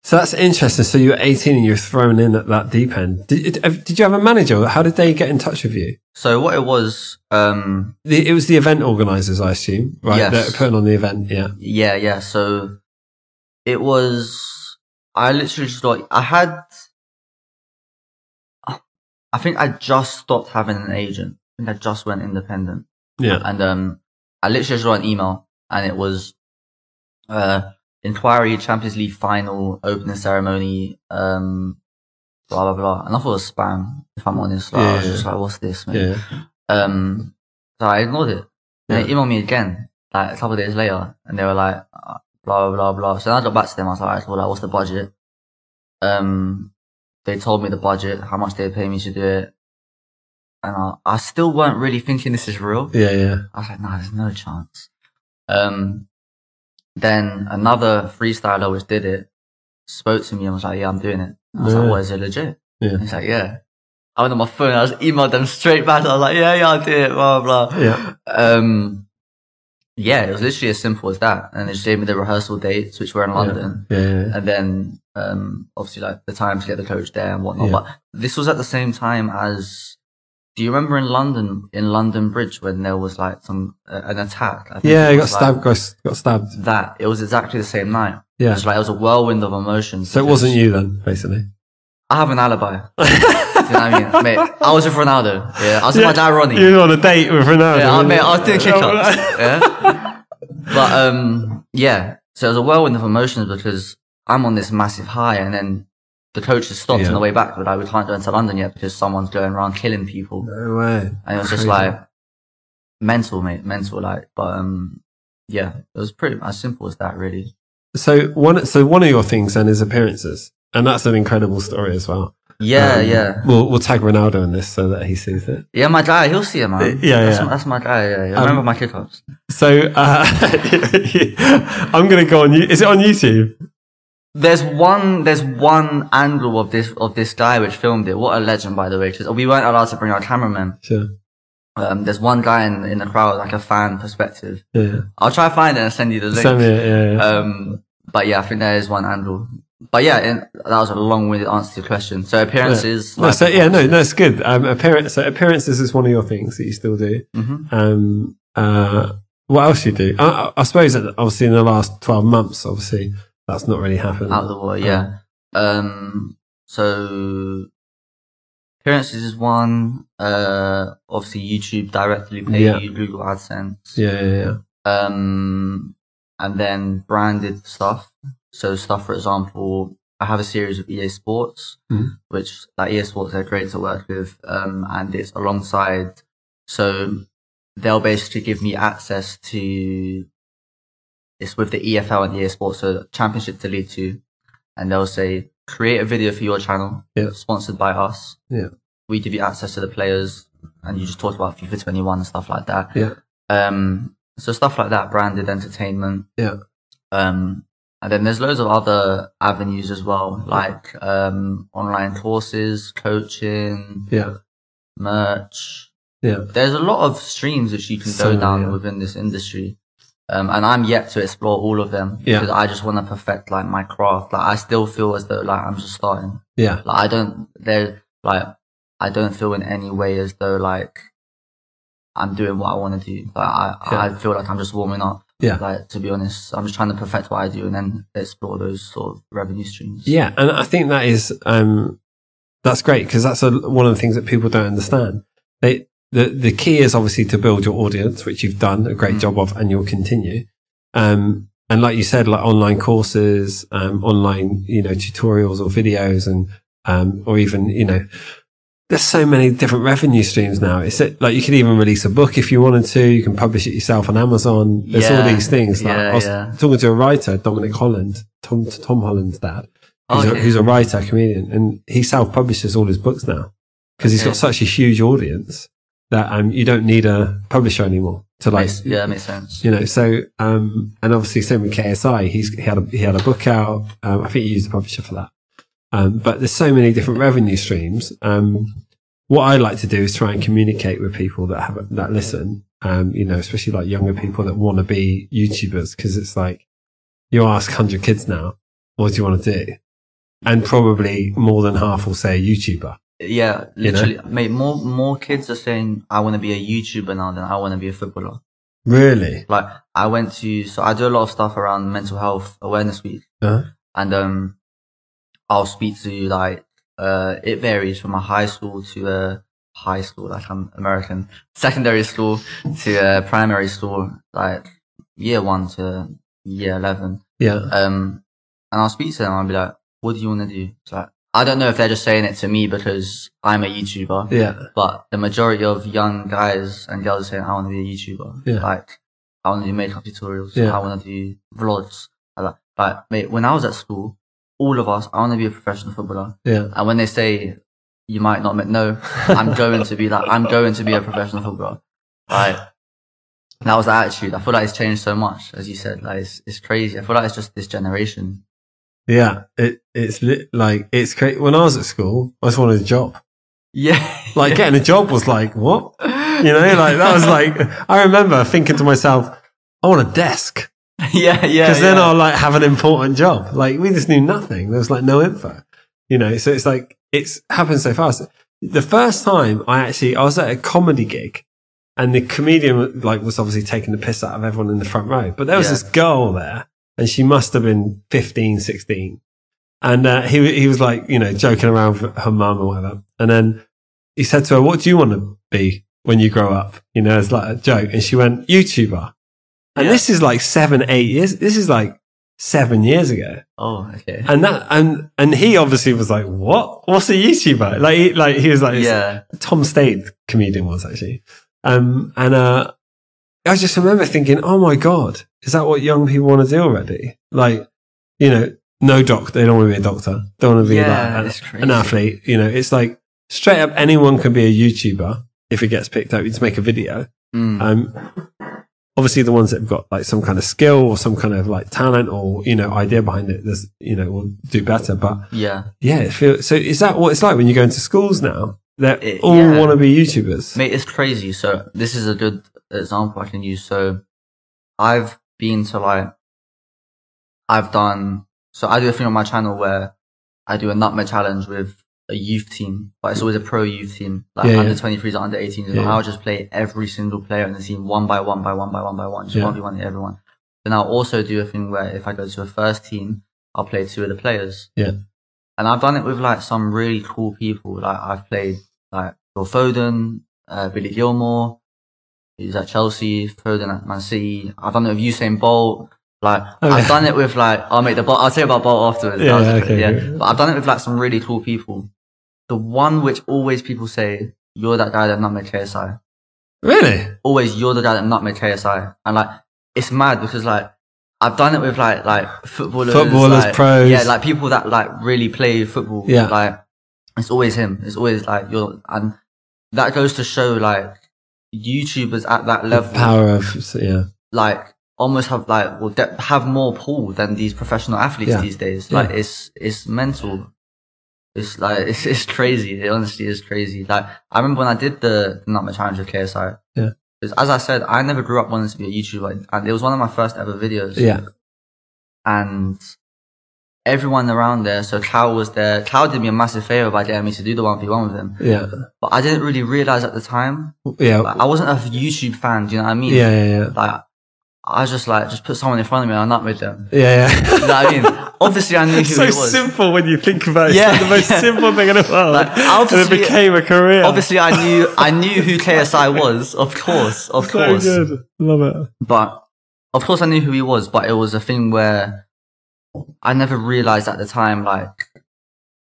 [SPEAKER 1] so that's interesting. So you were 18 and you were thrown in at that deep end. Did, did did you have a manager? How did they get in touch with you?
[SPEAKER 2] So what it was, um
[SPEAKER 1] The, it was the event organisers, I assume, right?
[SPEAKER 2] Yes.
[SPEAKER 1] That were putting on the event. Yeah.
[SPEAKER 2] Yeah, yeah. So it was. I literally just like I had. I think I just stopped having an agent. I think I just went independent,
[SPEAKER 1] Yeah.
[SPEAKER 2] and um, I literally just wrote an email, and it was, uh, inquiry Champions League final opening ceremony, um, blah blah blah, and I thought it was spam. If I'm honest, like, I was
[SPEAKER 1] Yeah.
[SPEAKER 2] just like, what's this? Man?
[SPEAKER 1] Yeah.
[SPEAKER 2] Um, so I ignored it. And
[SPEAKER 1] Yeah.
[SPEAKER 2] they emailed me again, like a couple of days later, and they were like, uh, blah, blah, blah, blah. So then I got back to them. I was like, all right, well, like, what's the budget? Um, they told me the budget, how much they pay me to do it. And I, I still weren't really thinking this is real.
[SPEAKER 1] Yeah. Yeah.
[SPEAKER 2] I was like, no, there's no chance. Um, then another freestyler which did it spoke to me and was like, yeah, I'm doing it. I was
[SPEAKER 1] Yeah.
[SPEAKER 2] like, what is it legit?
[SPEAKER 1] Yeah.
[SPEAKER 2] And he's like, yeah. I went on my phone. I just emailed them straight back. I was like, yeah, yeah, I'll do it. Blah blah. blah.
[SPEAKER 1] Yeah.
[SPEAKER 2] Um, yeah, it was literally as simple as that. And they just gave me the rehearsal dates, which were in London,
[SPEAKER 1] Yeah. yeah, yeah.
[SPEAKER 2] and then um, obviously like the time to get the coach there and whatnot.
[SPEAKER 1] Yeah.
[SPEAKER 2] But this was at the same time as. Do you remember in London, in London Bridge, when there was like some uh, an attack? I think
[SPEAKER 1] Yeah,
[SPEAKER 2] it
[SPEAKER 1] he got
[SPEAKER 2] was, like,
[SPEAKER 1] stabbed. Got, got stabbed.
[SPEAKER 2] That it was exactly the same night. It
[SPEAKER 1] Yeah.
[SPEAKER 2] was like it was a whirlwind of emotions.
[SPEAKER 1] So it
[SPEAKER 2] because-
[SPEAKER 1] wasn't you then, basically.
[SPEAKER 2] I have
[SPEAKER 1] *laughs*
[SPEAKER 2] an alibi. Do you know what I mean? Mate, I was with Ronaldo. Yeah, I was with my dad, Ronnie.
[SPEAKER 1] were on a date with Ronaldo.
[SPEAKER 2] yeah, I,
[SPEAKER 1] wasn't
[SPEAKER 2] mate,
[SPEAKER 1] you?
[SPEAKER 2] I was doing kick-ups. yeah. But, um, yeah. So it was a whirlwind of emotions because I'm on this massive high and then the coach has stopped on
[SPEAKER 1] Yeah.
[SPEAKER 2] the way back, but like, we can't go into London yet because someone's going around killing people.
[SPEAKER 1] No way.
[SPEAKER 2] And it was just
[SPEAKER 1] Crazy.
[SPEAKER 2] like mental, mate, mental, like, but, um, yeah, it was pretty as simple as that, really.
[SPEAKER 1] So one. So one of your things then is appearances, and that's an incredible story as well.
[SPEAKER 2] Yeah,
[SPEAKER 1] Um,
[SPEAKER 2] yeah.
[SPEAKER 1] We'll we'll tag Ronaldo in this so that he sees it.
[SPEAKER 2] Yeah, my guy, he'll see it, man.
[SPEAKER 1] Yeah,
[SPEAKER 2] That's,
[SPEAKER 1] yeah.
[SPEAKER 2] that's my guy, yeah. yeah.
[SPEAKER 1] Um,
[SPEAKER 2] Remember my kick-ups?
[SPEAKER 1] So uh, *laughs* I'm going to go on. You- Is it on YouTube?
[SPEAKER 2] There's one, there's one angle of this of this guy which filmed it. What a legend, by the way. 'cause we weren't allowed to bring our cameraman.
[SPEAKER 1] Sure.
[SPEAKER 2] Um, there's one guy in, in the crowd, like a fan perspective.
[SPEAKER 1] Yeah. Uh,
[SPEAKER 2] I'll try to find it and send you the link.
[SPEAKER 1] Send me it. Yeah. yeah.
[SPEAKER 2] Um, but yeah, I think there is one angle. But yeah, and that was a long-winded answer to your question. So appearances.
[SPEAKER 1] no, so yeah, no, no, it's good. Um, appearance. So appearances is one of your things that you still do.
[SPEAKER 2] hmm
[SPEAKER 1] Um, uh, what else you do? I, I- I suppose that obviously in the last twelve months, obviously that's not really happened.
[SPEAKER 2] Out of the water, yeah. Um, so appearances is one. Uh, obviously YouTube directly pay
[SPEAKER 1] Yeah.
[SPEAKER 2] you, Google AdSense.
[SPEAKER 1] Yeah, yeah, yeah.
[SPEAKER 2] um, and then branded stuff. So stuff, for example, I have a series of EA Sports,
[SPEAKER 1] Mhm.
[SPEAKER 2] which like EA Sports are great to work with, um, and it's alongside. So they'll basically give me access to. It's with the EFL and EA Sports, so Championship to League Two, and they'll say create a video for your channel,
[SPEAKER 1] Yeah.
[SPEAKER 2] sponsored by us.
[SPEAKER 1] Yeah.
[SPEAKER 2] we give you access to the players, and you just talk about FIFA 21 and stuff like that.
[SPEAKER 1] Yeah.
[SPEAKER 2] Um, so stuff like that, branded entertainment.
[SPEAKER 1] Yeah.
[SPEAKER 2] Um, and then there's loads of other avenues as well, like um, online courses, coaching,
[SPEAKER 1] Yeah.
[SPEAKER 2] merch.
[SPEAKER 1] Yeah.
[SPEAKER 2] There's a lot of streams which you can
[SPEAKER 1] So
[SPEAKER 2] go down
[SPEAKER 1] many.
[SPEAKER 2] within this industry. Um, and I'm yet to explore all of them
[SPEAKER 1] Yeah.
[SPEAKER 2] because I just want to perfect like my craft. Like I still feel as though like I'm just starting.
[SPEAKER 1] Yeah.
[SPEAKER 2] Like I don't there like I don't feel in any way as though like I'm doing what I want to do. Like I, I feel like I'm just warming up.
[SPEAKER 1] Yeah.
[SPEAKER 2] Like to be honest, I'm just trying to perfect what I do and then explore those sort of revenue streams.
[SPEAKER 1] Yeah, and I think that is um, that's great because that's a, one of the things that people don't understand. They the the
[SPEAKER 2] Mm.
[SPEAKER 1] key is obviously to build your audience, which you've done a great job of, and you'll continue. Um, And like you said, like online courses, um, online, you know, tutorials or videos and, um, or even, you know, there's so many different revenue streams now. It's like you can even release a book if you wanted to. You can publish it yourself on Amazon. There's all
[SPEAKER 2] Yeah.
[SPEAKER 1] these things. Like
[SPEAKER 2] Yeah,
[SPEAKER 1] I was
[SPEAKER 2] yeah.
[SPEAKER 1] talking to a writer, Dominic Holland, Tom Tom Holland's dad,
[SPEAKER 2] Oh,
[SPEAKER 1] who's, a,
[SPEAKER 2] yeah.
[SPEAKER 1] who's a writer, comedian, and he self-publishes all his books now because he's
[SPEAKER 2] Okay.
[SPEAKER 1] got such a huge audience that um, you don't need a publisher anymore to like
[SPEAKER 2] Makes, yeah, makes sense.
[SPEAKER 1] you know, so um, and obviously same with KSI. He's he had a, he had a book out. Um, I think he used a publisher for that. Um, but there's so many different revenue streams. Um, what I like to do is try and communicate with people that have that listen. Um, you know, especially like younger people that want to be YouTubers because it's like you ask hundred kids now, what do you want to do? And probably more than half will say YouTuber.
[SPEAKER 2] Yeah,
[SPEAKER 1] You know?
[SPEAKER 2] literally. Mate, more more kids are saying I want to be a YouTuber now than I want to be a footballer.
[SPEAKER 1] Really?
[SPEAKER 2] Like I went to so I do a lot of stuff around mental health awareness week.
[SPEAKER 1] Uh-huh.
[SPEAKER 2] and um, I'll speak to you like uh, it varies from a high school to a high school, like I'm American, secondary school to a primary school, like year one to year eleven.
[SPEAKER 1] Yeah.
[SPEAKER 2] Um, and I'll speak to them. I'll be like, "What do you want to do?" It's like I don't know if they're just saying it to me because I'm a YouTuber,
[SPEAKER 1] Yeah.
[SPEAKER 2] but the majority of young guys and girls are saying, I want to be a YouTuber.
[SPEAKER 1] Yeah.
[SPEAKER 2] Like, I want to do makeup tutorials.
[SPEAKER 1] Yeah.
[SPEAKER 2] I want to do vlogs. Like, like, mate, when I was at school, all of us, I want to be a professional footballer.
[SPEAKER 1] Yeah.
[SPEAKER 2] And when they say, you might not, ma- no, *laughs* I'm going to be like, I'm going to be a professional footballer. Like, that was the attitude. I feel like it's changed so much, as you said. Like, it's, it's crazy. I feel like it's just this generation.
[SPEAKER 1] Yeah. It, it's li- like, it's great. When I was at school, I just wanted a job.
[SPEAKER 2] Yeah.
[SPEAKER 1] like getting a job was like what you know like that was like i remember thinking to myself i want a desk
[SPEAKER 2] *laughs* yeah, yeah.
[SPEAKER 1] because then
[SPEAKER 2] yeah.
[SPEAKER 1] i'll like have an important job like we just knew nothing there was like no info you know so it's like it's happened so fast the first time i actually i was at a comedy gig and the comedian like was obviously taking the piss out of everyone in the front row but there was
[SPEAKER 2] Yeah.
[SPEAKER 1] this girl there and she must have been 15 16 and uh, he, he was like you know joking around with her mum or whatever and then he said to her, "What do you want to be when you grow up?" You know, it's like a joke, and she went, "YouTuber." And
[SPEAKER 2] Yeah.
[SPEAKER 1] this is like seven, eight years. This is like seven years ago,
[SPEAKER 2] Oh, okay.
[SPEAKER 1] and that and and he obviously was like, "What? What's a YouTuber?" Like, he, like he was like,
[SPEAKER 2] Yeah.
[SPEAKER 1] Tom Stade comedian was actually, um, and uh, I just remember thinking, "Oh my god, is that what young people want to do already?" Like, you know, no doc, they don't want to be a doctor, don't want to be
[SPEAKER 2] yeah,
[SPEAKER 1] that
[SPEAKER 2] it's crazy.
[SPEAKER 1] an athlete. You know, it's like straight up anyone can be a YouTuber if it gets picked up. You just make a video.
[SPEAKER 2] Mm.
[SPEAKER 1] Um, obviously the ones that have got like some kind of skill or some kind of like talent or you know idea behind it, there's you know will do better. But
[SPEAKER 2] Yeah.
[SPEAKER 1] yeah, it feels, so is that what it's like when you go into schools now? They
[SPEAKER 2] It-
[SPEAKER 1] all
[SPEAKER 2] yeah.
[SPEAKER 1] want to be YouTubers.
[SPEAKER 2] Mate, it's crazy. So this is a good example I can use. So I've been to like, I've done, so I do a thing on my channel where I do a nutmeg challenge with a youth team, but it's always a pro youth team, like
[SPEAKER 1] Yeah, yeah.
[SPEAKER 2] under 23s or under 18s. And
[SPEAKER 1] Yeah.
[SPEAKER 2] I'll just play every single player in the team one by one by one by one by one, just
[SPEAKER 1] Yeah.
[SPEAKER 2] 1v1 everyone. Then I'll also do a thing where if I go to a first team, I'll play two of the players.
[SPEAKER 1] Yeah.
[SPEAKER 2] And I've done it with like some really cool people. Like I've played like Phil Foden, uh, Billy Gilmore, who's at Chelsea, Foden at Man City. I've done it with Usain Bolt. Like I've done it with like I'll make the Bolt. I'll tell you about Bolt afterwards. That
[SPEAKER 1] Yeah,
[SPEAKER 2] was a bit-
[SPEAKER 1] okay,
[SPEAKER 2] yeah.
[SPEAKER 1] good.
[SPEAKER 2] But I've done it with like some really cool people. The one which always people say you're that guy that nutmeg KSI.
[SPEAKER 1] Really?
[SPEAKER 2] Always you're the guy that nutmeg KSI. And like it's mad because like. I've done it with like like footballers,
[SPEAKER 1] Footballers,
[SPEAKER 2] like-
[SPEAKER 1] pros.
[SPEAKER 2] yeah, like people that like really play football,
[SPEAKER 1] Yeah.
[SPEAKER 2] like it's always him. It's always like you're, and that goes to show like YouTubers at that level,
[SPEAKER 1] Power of so, yeah,
[SPEAKER 2] like almost have like will de- have more pull than these professional athletes
[SPEAKER 1] Yeah.
[SPEAKER 2] these days.
[SPEAKER 1] Yeah.
[SPEAKER 2] Like it's it's mental. It's like *laughs* it's it's crazy. It honestly is crazy. Like I remember when I did the not my challenge with KSI.
[SPEAKER 1] Yeah.
[SPEAKER 2] 'Cause As I said, I never grew up wanting to be a YouTuber, and it was one of my first ever videos
[SPEAKER 1] yeah,
[SPEAKER 2] and everyone around there. So Cal was there. Cal did me a massive favor by getting me to do the one v one with him,
[SPEAKER 1] yeah,
[SPEAKER 2] but I didn't really realize at the time.
[SPEAKER 1] yeah,
[SPEAKER 2] Like, I wasn't a YouTube fan. Do you know what I
[SPEAKER 1] yeah,
[SPEAKER 2] mean?
[SPEAKER 1] yeah, yeah,
[SPEAKER 2] Like I was just like, just put someone in front of me and I'm with them.
[SPEAKER 1] yeah. yeah.
[SPEAKER 2] You know what I
[SPEAKER 1] *laughs*
[SPEAKER 2] mean? Obviously, I knew who
[SPEAKER 1] so
[SPEAKER 2] he was.
[SPEAKER 1] simple when you think about it.
[SPEAKER 2] Yeah,
[SPEAKER 1] it's like the most
[SPEAKER 2] yeah.
[SPEAKER 1] simple thing in the world.
[SPEAKER 2] Like,
[SPEAKER 1] and it
[SPEAKER 2] obviously-
[SPEAKER 1] became a career.
[SPEAKER 2] Obviously, I
[SPEAKER 1] *laughs*
[SPEAKER 2] knew I knew who KSI was. Of course, of
[SPEAKER 1] so
[SPEAKER 2] course.
[SPEAKER 1] good. Love it.
[SPEAKER 2] But of course I knew who he was, but it was a thing where I never realized at the time, like,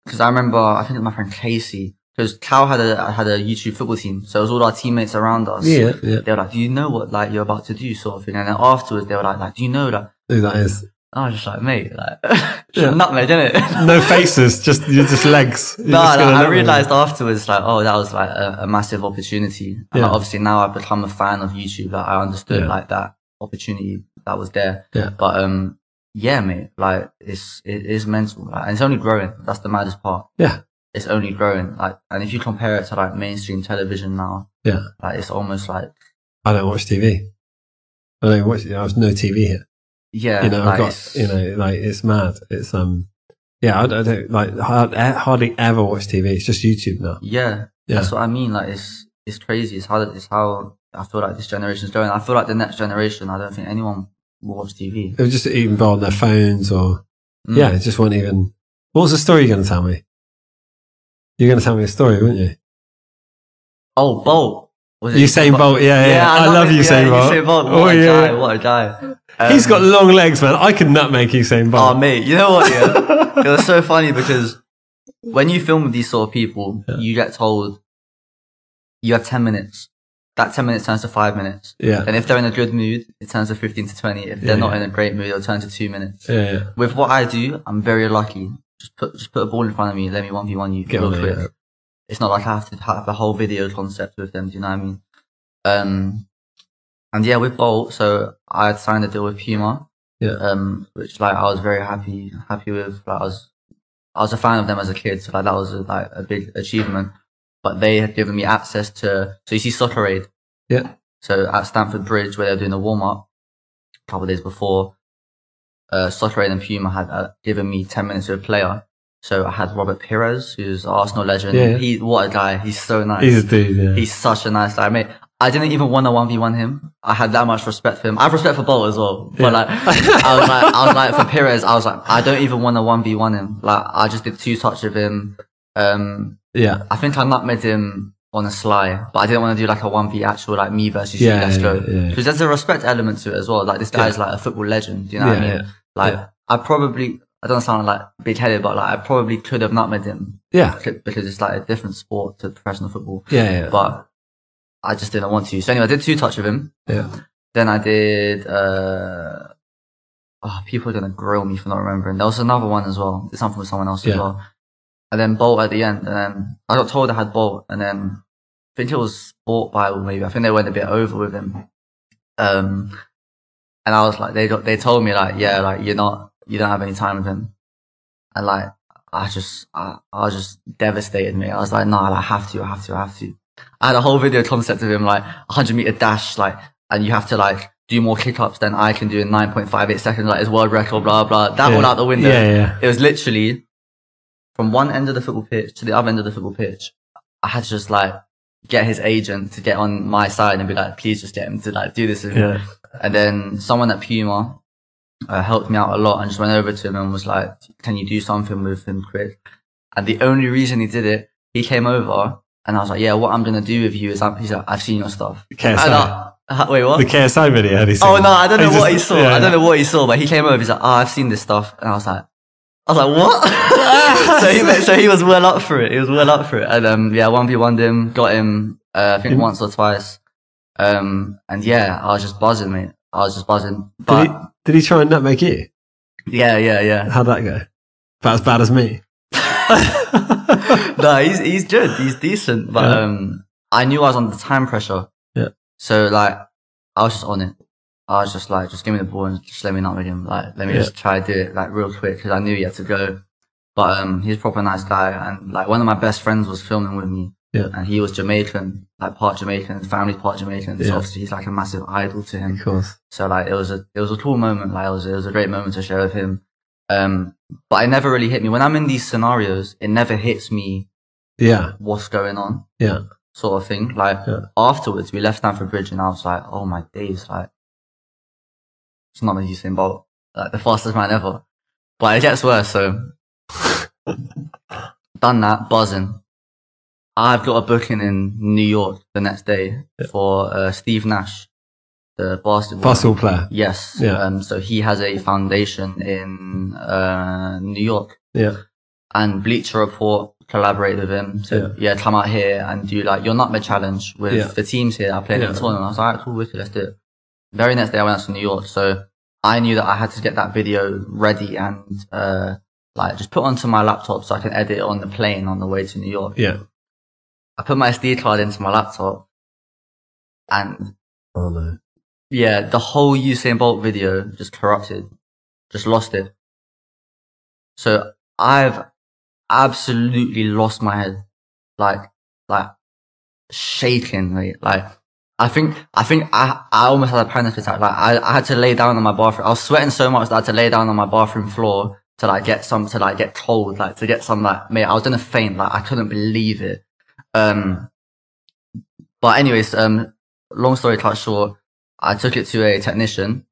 [SPEAKER 2] because I remember, I think it was my friend Casey, because Cal had a had a YouTube football team, so it was all our teammates around us.
[SPEAKER 1] Yeah, yeah.
[SPEAKER 2] They were like, "Do you know what like you're about to do?" sort of thing, and then afterwards they were like, "Like, do you know that?"
[SPEAKER 1] Who that is?
[SPEAKER 2] I was just like, "Mate, like, *laughs* nutmeg, didn't *laughs* it?"
[SPEAKER 1] No faces, just you just legs. You're
[SPEAKER 2] No,
[SPEAKER 1] just
[SPEAKER 2] no,
[SPEAKER 1] gonna
[SPEAKER 2] I
[SPEAKER 1] look at
[SPEAKER 2] realized afterwards, like, oh, that was like a, a massive opportunity. And
[SPEAKER 1] Yeah.
[SPEAKER 2] like, obviously now I've become a fan of YouTube. Like, I understood
[SPEAKER 1] Yeah.
[SPEAKER 2] like that opportunity that was there.
[SPEAKER 1] Yeah.
[SPEAKER 2] But, um, yeah, mate, like it's, it is mental. Like, and it's only growing. That's the maddest part.
[SPEAKER 1] Yeah.
[SPEAKER 2] It's only growing. Like, and if you compare it to like mainstream television now,
[SPEAKER 1] Yeah.
[SPEAKER 2] like it's almost like,
[SPEAKER 1] I don't watch TV. I don't watch. There's no TV here.
[SPEAKER 2] yeah,
[SPEAKER 1] you know,
[SPEAKER 2] like,
[SPEAKER 1] I've got.
[SPEAKER 2] it's-
[SPEAKER 1] You know, like it's mad. It's um, yeah. I, don't- I don't like hard, I hardly ever watch TV. It's just YouTube now.
[SPEAKER 2] Yeah,
[SPEAKER 1] Yeah.
[SPEAKER 2] that's what I mean. Like it's it's crazy. It's how it's how I feel like this generation's going. I feel like the next generation. I don't think anyone will watch TV.
[SPEAKER 1] They're just even on their phones or
[SPEAKER 2] Mm.
[SPEAKER 1] yeah, it just won't even. What was the story you're going to tell me? You're going to tell me a story, weren't you?
[SPEAKER 2] Oh, Bolt. Was
[SPEAKER 1] You Usain Bolt, yeah, yeah. I, love
[SPEAKER 2] it.
[SPEAKER 1] you, Usain
[SPEAKER 2] yeah,
[SPEAKER 1] Bolt.
[SPEAKER 2] Usain Bolt. What
[SPEAKER 1] Oh,
[SPEAKER 2] a
[SPEAKER 1] yeah.
[SPEAKER 2] guy! What a guy! Um,
[SPEAKER 1] He's got long legs, man. I could nutmeg Usain
[SPEAKER 2] Oh,
[SPEAKER 1] Bolt.
[SPEAKER 2] mate, you know what?
[SPEAKER 1] *laughs*
[SPEAKER 2] Yeah, it was so funny because when you film with these sort of people, you get told you have ten minutes. That ten minutes turns to five minutes.
[SPEAKER 1] yeah.
[SPEAKER 2] And if they're in a good mood, it turns to 15 to 20. If they're
[SPEAKER 1] Yeah.
[SPEAKER 2] not in a great mood, it'll turn to two minutes.
[SPEAKER 1] yeah, yeah,
[SPEAKER 2] With what I do, I'm very lucky. Just put, just put a ball in front of me. Let me 1v1 you
[SPEAKER 1] Get
[SPEAKER 2] real
[SPEAKER 1] on it,
[SPEAKER 2] quick.
[SPEAKER 1] yeah.
[SPEAKER 2] It's not like I have to have the whole video concept with them. Do you know what I mean? Um, and yeah, with Bolt, so I had signed a deal with Puma.
[SPEAKER 1] Yeah.
[SPEAKER 2] Um, which like I was very happy, happy with. Like I was, I was a fan of them as a kid. So like that was a, like a big achievement. But they had given me access to, so you see Soccer Aid.
[SPEAKER 1] Yeah.
[SPEAKER 2] So at Stamford Bridge, where they were doing the warm up a couple of days before, uh, Soccer Aid and Puma had uh, given me 10 minutes with a player. So I had Robert Pires, who's an Arsenal legend.
[SPEAKER 1] Yeah.
[SPEAKER 2] He, what a guy. He's so nice.
[SPEAKER 1] He's a dude. Yeah.
[SPEAKER 2] He's such a nice guy, mate. I didn't even want to one v one him. I had that much respect for him. I have respect for Bolt as well, but like, I was like, I was like for Perez, I was like, I don't even want to one v one him. Like, I just did two touch of him. Um,
[SPEAKER 1] yeah.
[SPEAKER 2] I think I nutmegged him on a sly, but I didn't want to do like a one v actual like me versus
[SPEAKER 1] Yeah,
[SPEAKER 2] you. Let's go
[SPEAKER 1] yeah, yeah.
[SPEAKER 2] because there's a respect element to it as well. Like this guy's like a football legend. You know what I
[SPEAKER 1] Yeah,
[SPEAKER 2] mean?
[SPEAKER 1] yeah,
[SPEAKER 2] like
[SPEAKER 1] yeah.
[SPEAKER 2] I probably I don't sound like big headed, but like I probably could have nutmegged him
[SPEAKER 1] Yeah.
[SPEAKER 2] because it's like a different sport to professional football
[SPEAKER 1] Yeah. Yeah.
[SPEAKER 2] but I just didn't want to. So anyway, I did two touch of him.
[SPEAKER 1] yeah.
[SPEAKER 2] Then I did. uh oh, people are gonna grill me for not remembering. There was another one as well. It's something with someone else as
[SPEAKER 1] Yeah.
[SPEAKER 2] well. And then Bolt at the end, and then I got told I had Bolt, and then I think it was Sport Bible maybe. I think they went a bit over with him. Um, and I was like, they got, they told me like, yeah, like you're not, you don't have any time with him, and like I just, I, I was just devastated, mate. I was like, nah, like, I have to, I have to, I have to. I had a whole video concept of him like 100 meter dash, like, and you have to like do more kick ups than I can do in 9.58 seconds, like his world record, blah blah. That
[SPEAKER 1] yeah.
[SPEAKER 2] all out the window.
[SPEAKER 1] Yeah. Yeah.
[SPEAKER 2] It was literally from one end of the football pitch to the other end of the football pitch. I had to just like get his agent to get on my side and be like, please just get him to like do this. with me."
[SPEAKER 1] Yeah.
[SPEAKER 2] And then someone at Puma uh, helped me out a lot and just went over to him and was like, can you do something with him quick? And the only reason he did it, he came over and I was like, yeah, what I'm going to do with you is I'm, he's like, I've seen your stuff.
[SPEAKER 1] KSI.
[SPEAKER 2] And I- *laughs* uh, wait, what?
[SPEAKER 1] The KSI video. had he
[SPEAKER 2] Oh
[SPEAKER 1] seen
[SPEAKER 2] no,
[SPEAKER 1] it?
[SPEAKER 2] I don't know
[SPEAKER 1] He
[SPEAKER 2] what he
[SPEAKER 1] just-
[SPEAKER 2] saw.
[SPEAKER 1] yeah,
[SPEAKER 2] I
[SPEAKER 1] yeah.
[SPEAKER 2] don't know what he saw, but he came over. He's like, "Oh, I've seen this stuff," and I was like, "I was like, what?" *laughs* so
[SPEAKER 1] *laughs*
[SPEAKER 2] he so he was well up for it. He was well up for it, and um, yeah, one v one him, got him. Uh, I think once or twice. Um, and yeah, I was just buzzing, mate. I was just buzzing.
[SPEAKER 1] Did
[SPEAKER 2] But
[SPEAKER 1] he, did he try and nutmeg you?
[SPEAKER 2] yeah, yeah, yeah.
[SPEAKER 1] How'd that go? About as bad as me.
[SPEAKER 2] no, he's he's good. He's decent, but
[SPEAKER 1] Yeah.
[SPEAKER 2] um, I knew I was under time pressure.
[SPEAKER 1] Yeah.
[SPEAKER 2] So like, I was just on it. I was just like, just give me the ball and just let me not with him. Like, let me
[SPEAKER 1] Yeah.
[SPEAKER 2] just try to do it like real quick because I knew he had to go. But um, he's a proper nice guy, and like one of my best friends was filming with me.
[SPEAKER 1] Yeah.
[SPEAKER 2] And he was Jamaican, like part Jamaican, his family part Jamaican.
[SPEAKER 1] Yeah.
[SPEAKER 2] So obviously he's like a massive idol to him.
[SPEAKER 1] Of course.
[SPEAKER 2] So like it was a it was a cool moment. Like it was it was a great moment to share with him. Um, but it never really hit me when I'm in these scenarios. It never hits me
[SPEAKER 1] Yeah.
[SPEAKER 2] what's going on,
[SPEAKER 1] Yeah.
[SPEAKER 2] sort of thing. Like
[SPEAKER 1] Yeah.
[SPEAKER 2] afterwards, we left Stamford Bridge, and I was like, oh my days, like it's not a Usain Bolt, like the fastest man ever. But it gets worse.
[SPEAKER 1] *laughs*
[SPEAKER 2] So done that, buzzing. I've got a booking in New York the next day for uh, Steve Nash, the the basketball.
[SPEAKER 1] Basketball player.
[SPEAKER 2] Yes.
[SPEAKER 1] Yeah.
[SPEAKER 2] Um, so he has a foundation in uh, New York,
[SPEAKER 1] Yeah.
[SPEAKER 2] and Bleacher Report collaborated with him. So yeah, come out here and do like your nightmare challenge with
[SPEAKER 1] Yeah.
[SPEAKER 2] the teams here. I played in
[SPEAKER 1] Yeah.
[SPEAKER 2] the tournament. I was like, "Alright, cool, wicked, let's do it. Very next day, I went out to New York, so I knew that I had to get that video ready and uh, like just put onto my laptop so I can edit it on the plane on the way to New York.
[SPEAKER 1] Yeah.
[SPEAKER 2] I put my SD card into my laptop, and
[SPEAKER 1] Oh no.
[SPEAKER 2] yeah, the whole Usain Bolt video just corrupted, just lost it. So I've absolutely lost my head, like, like shaking, mate. Like, I think, I think I, I almost had a panic attack. Like, I, I had to lay down on my bathroom. I was sweating so much that I had to lay down on my bathroom floor to like get some, to like get cold, like to get some, like, mate, I was gonna faint. Like, I couldn't believe it. Um, but anyways, um, long story cut short, I took it to a technician,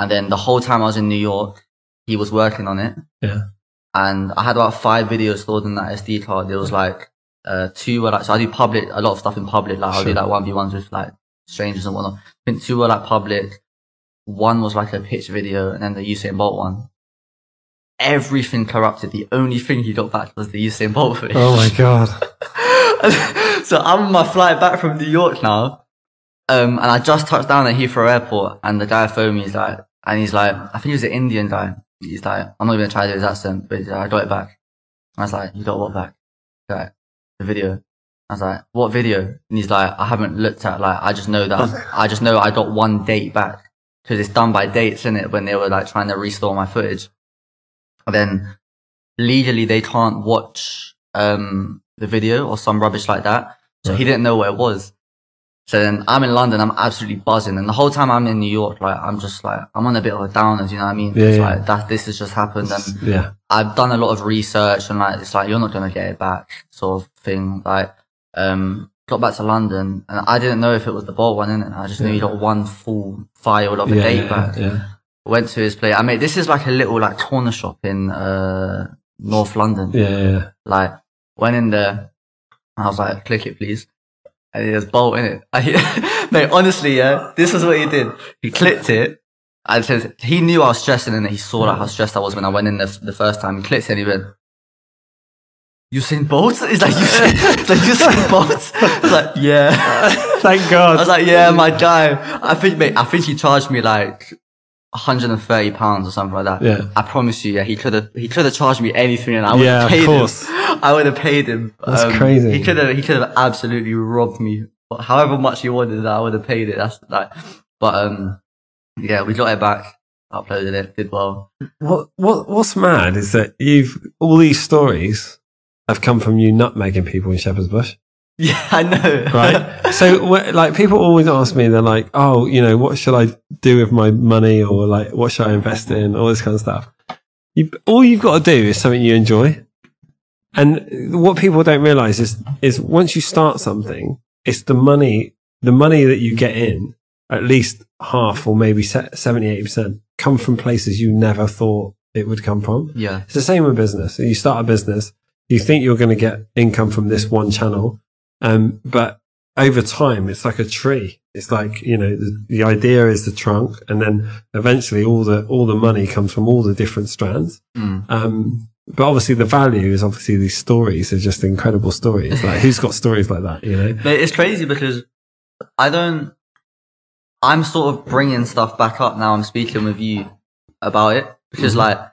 [SPEAKER 2] and then the whole time I was in New York, he was working on it.
[SPEAKER 1] Yeah.
[SPEAKER 2] And I had about five videos stored in that SD card. There was like uh, two were like so I do public a lot of stuff in public. Like I'll do
[SPEAKER 1] Sure.
[SPEAKER 2] like one v ones with like strangers and whatnot. I think two were like public. One was like a pitch video, and then the Usain Bolt one. Everything corrupted. The only thing he got back was the Usain Bolt *laughs* video
[SPEAKER 1] Oh my god.
[SPEAKER 2] *laughs* so I'm on my flight back from New York now. Um, and I just touched down at Heathrow Airport and the guy phoned me, he's like, and he's like, I think he was an Indian guy. He's like, I'm not even gonna try to do his accent, but he's like, I got it back. And I was like, you got what back? He's like, the video. I was like, what video? And he's like, I haven't looked at, like, I just know that, I just know I got one date back. Cause it's done by dates, is it? When they were like trying to restore my footage. And then legally they can't watch um the video or some rubbish like that. So he didn't know where it was. So then I'm in London, I'm absolutely buzzing, and the whole time I'm in New York, like I'm just like I'm on a bit of a downer, do you know what I mean?
[SPEAKER 1] Yeah,
[SPEAKER 2] it's
[SPEAKER 1] yeah.
[SPEAKER 2] like that this has just happened,
[SPEAKER 1] *laughs*
[SPEAKER 2] and
[SPEAKER 1] Yeah.
[SPEAKER 2] I've done a lot of research, and like it's like you're not gonna get it back, sort of thing. Like, um, got back to London, and I didn't know if it was the ball one, innit? I just knew you got one full file of a
[SPEAKER 1] Yeah,
[SPEAKER 2] date
[SPEAKER 1] yeah,
[SPEAKER 2] back
[SPEAKER 1] yeah.
[SPEAKER 2] went to his place. I mean, this is like a little like corner shop in uh North London.
[SPEAKER 1] Yeah, yeah, yeah.
[SPEAKER 2] Like went in there, and I was like, click it, please. And he was bolt in it. *laughs* I, no, honestly, yeah, this is what he did. He clicked it. And says he knew I was stressing, and he saw like how stressed I was when I went in the, the first time. He clicked it, and he went. Usain Bolt? *laughs* Is that Usain, is that Usain Bolt? *laughs* I was like, yeah. *laughs*
[SPEAKER 1] Thank
[SPEAKER 2] I was
[SPEAKER 1] God.
[SPEAKER 2] like, yeah, my guy. I think, mate, I think he charged me like 130 pounds or something like that.
[SPEAKER 1] Yeah.
[SPEAKER 2] I promise you, yeah, he could have, he could have charged me anything and I would
[SPEAKER 1] Yeah,
[SPEAKER 2] have
[SPEAKER 1] of
[SPEAKER 2] paid
[SPEAKER 1] course.
[SPEAKER 2] him. I would have paid him. Um,
[SPEAKER 1] That's crazy.
[SPEAKER 2] He could have, he could have absolutely robbed me. But However much he wanted, I would have paid it. That's like, but, um, yeah, we got it back, uploaded it, did well. *laughs*
[SPEAKER 1] What what what's mad is that you've all these stories have come from you nutmegging people in Shepherd's Bush.
[SPEAKER 2] Yeah, I know.
[SPEAKER 1] right? *laughs* so, wh- like, people always ask me, they're like, oh, you know, what should I do with my money or like, what should I invest in? All this kind of stuff. You, all you've got to do is something you enjoy. And what people don't realize is, is once you start something, it's the money, the money that you get in, at least half or maybe se- 70, 80% come from places you never thought it would come from.
[SPEAKER 2] *laughs* yeah.
[SPEAKER 1] It's the same with business. You start a business, you think you're going to get income from this one channel, um, but over time, it's like a tree. It's like you know, the, the idea is the trunk, and then eventually, all the all the money comes from all the different strands.
[SPEAKER 2] Mm.
[SPEAKER 1] Um, but obviously, the value is obviously these stories are just incredible stories. Like who's got stories like that? You know?
[SPEAKER 2] But it's crazy because I don't. I'm sort of bringing stuff back up now. I'm speaking with you about it because,
[SPEAKER 1] Mm-hmm.
[SPEAKER 2] like,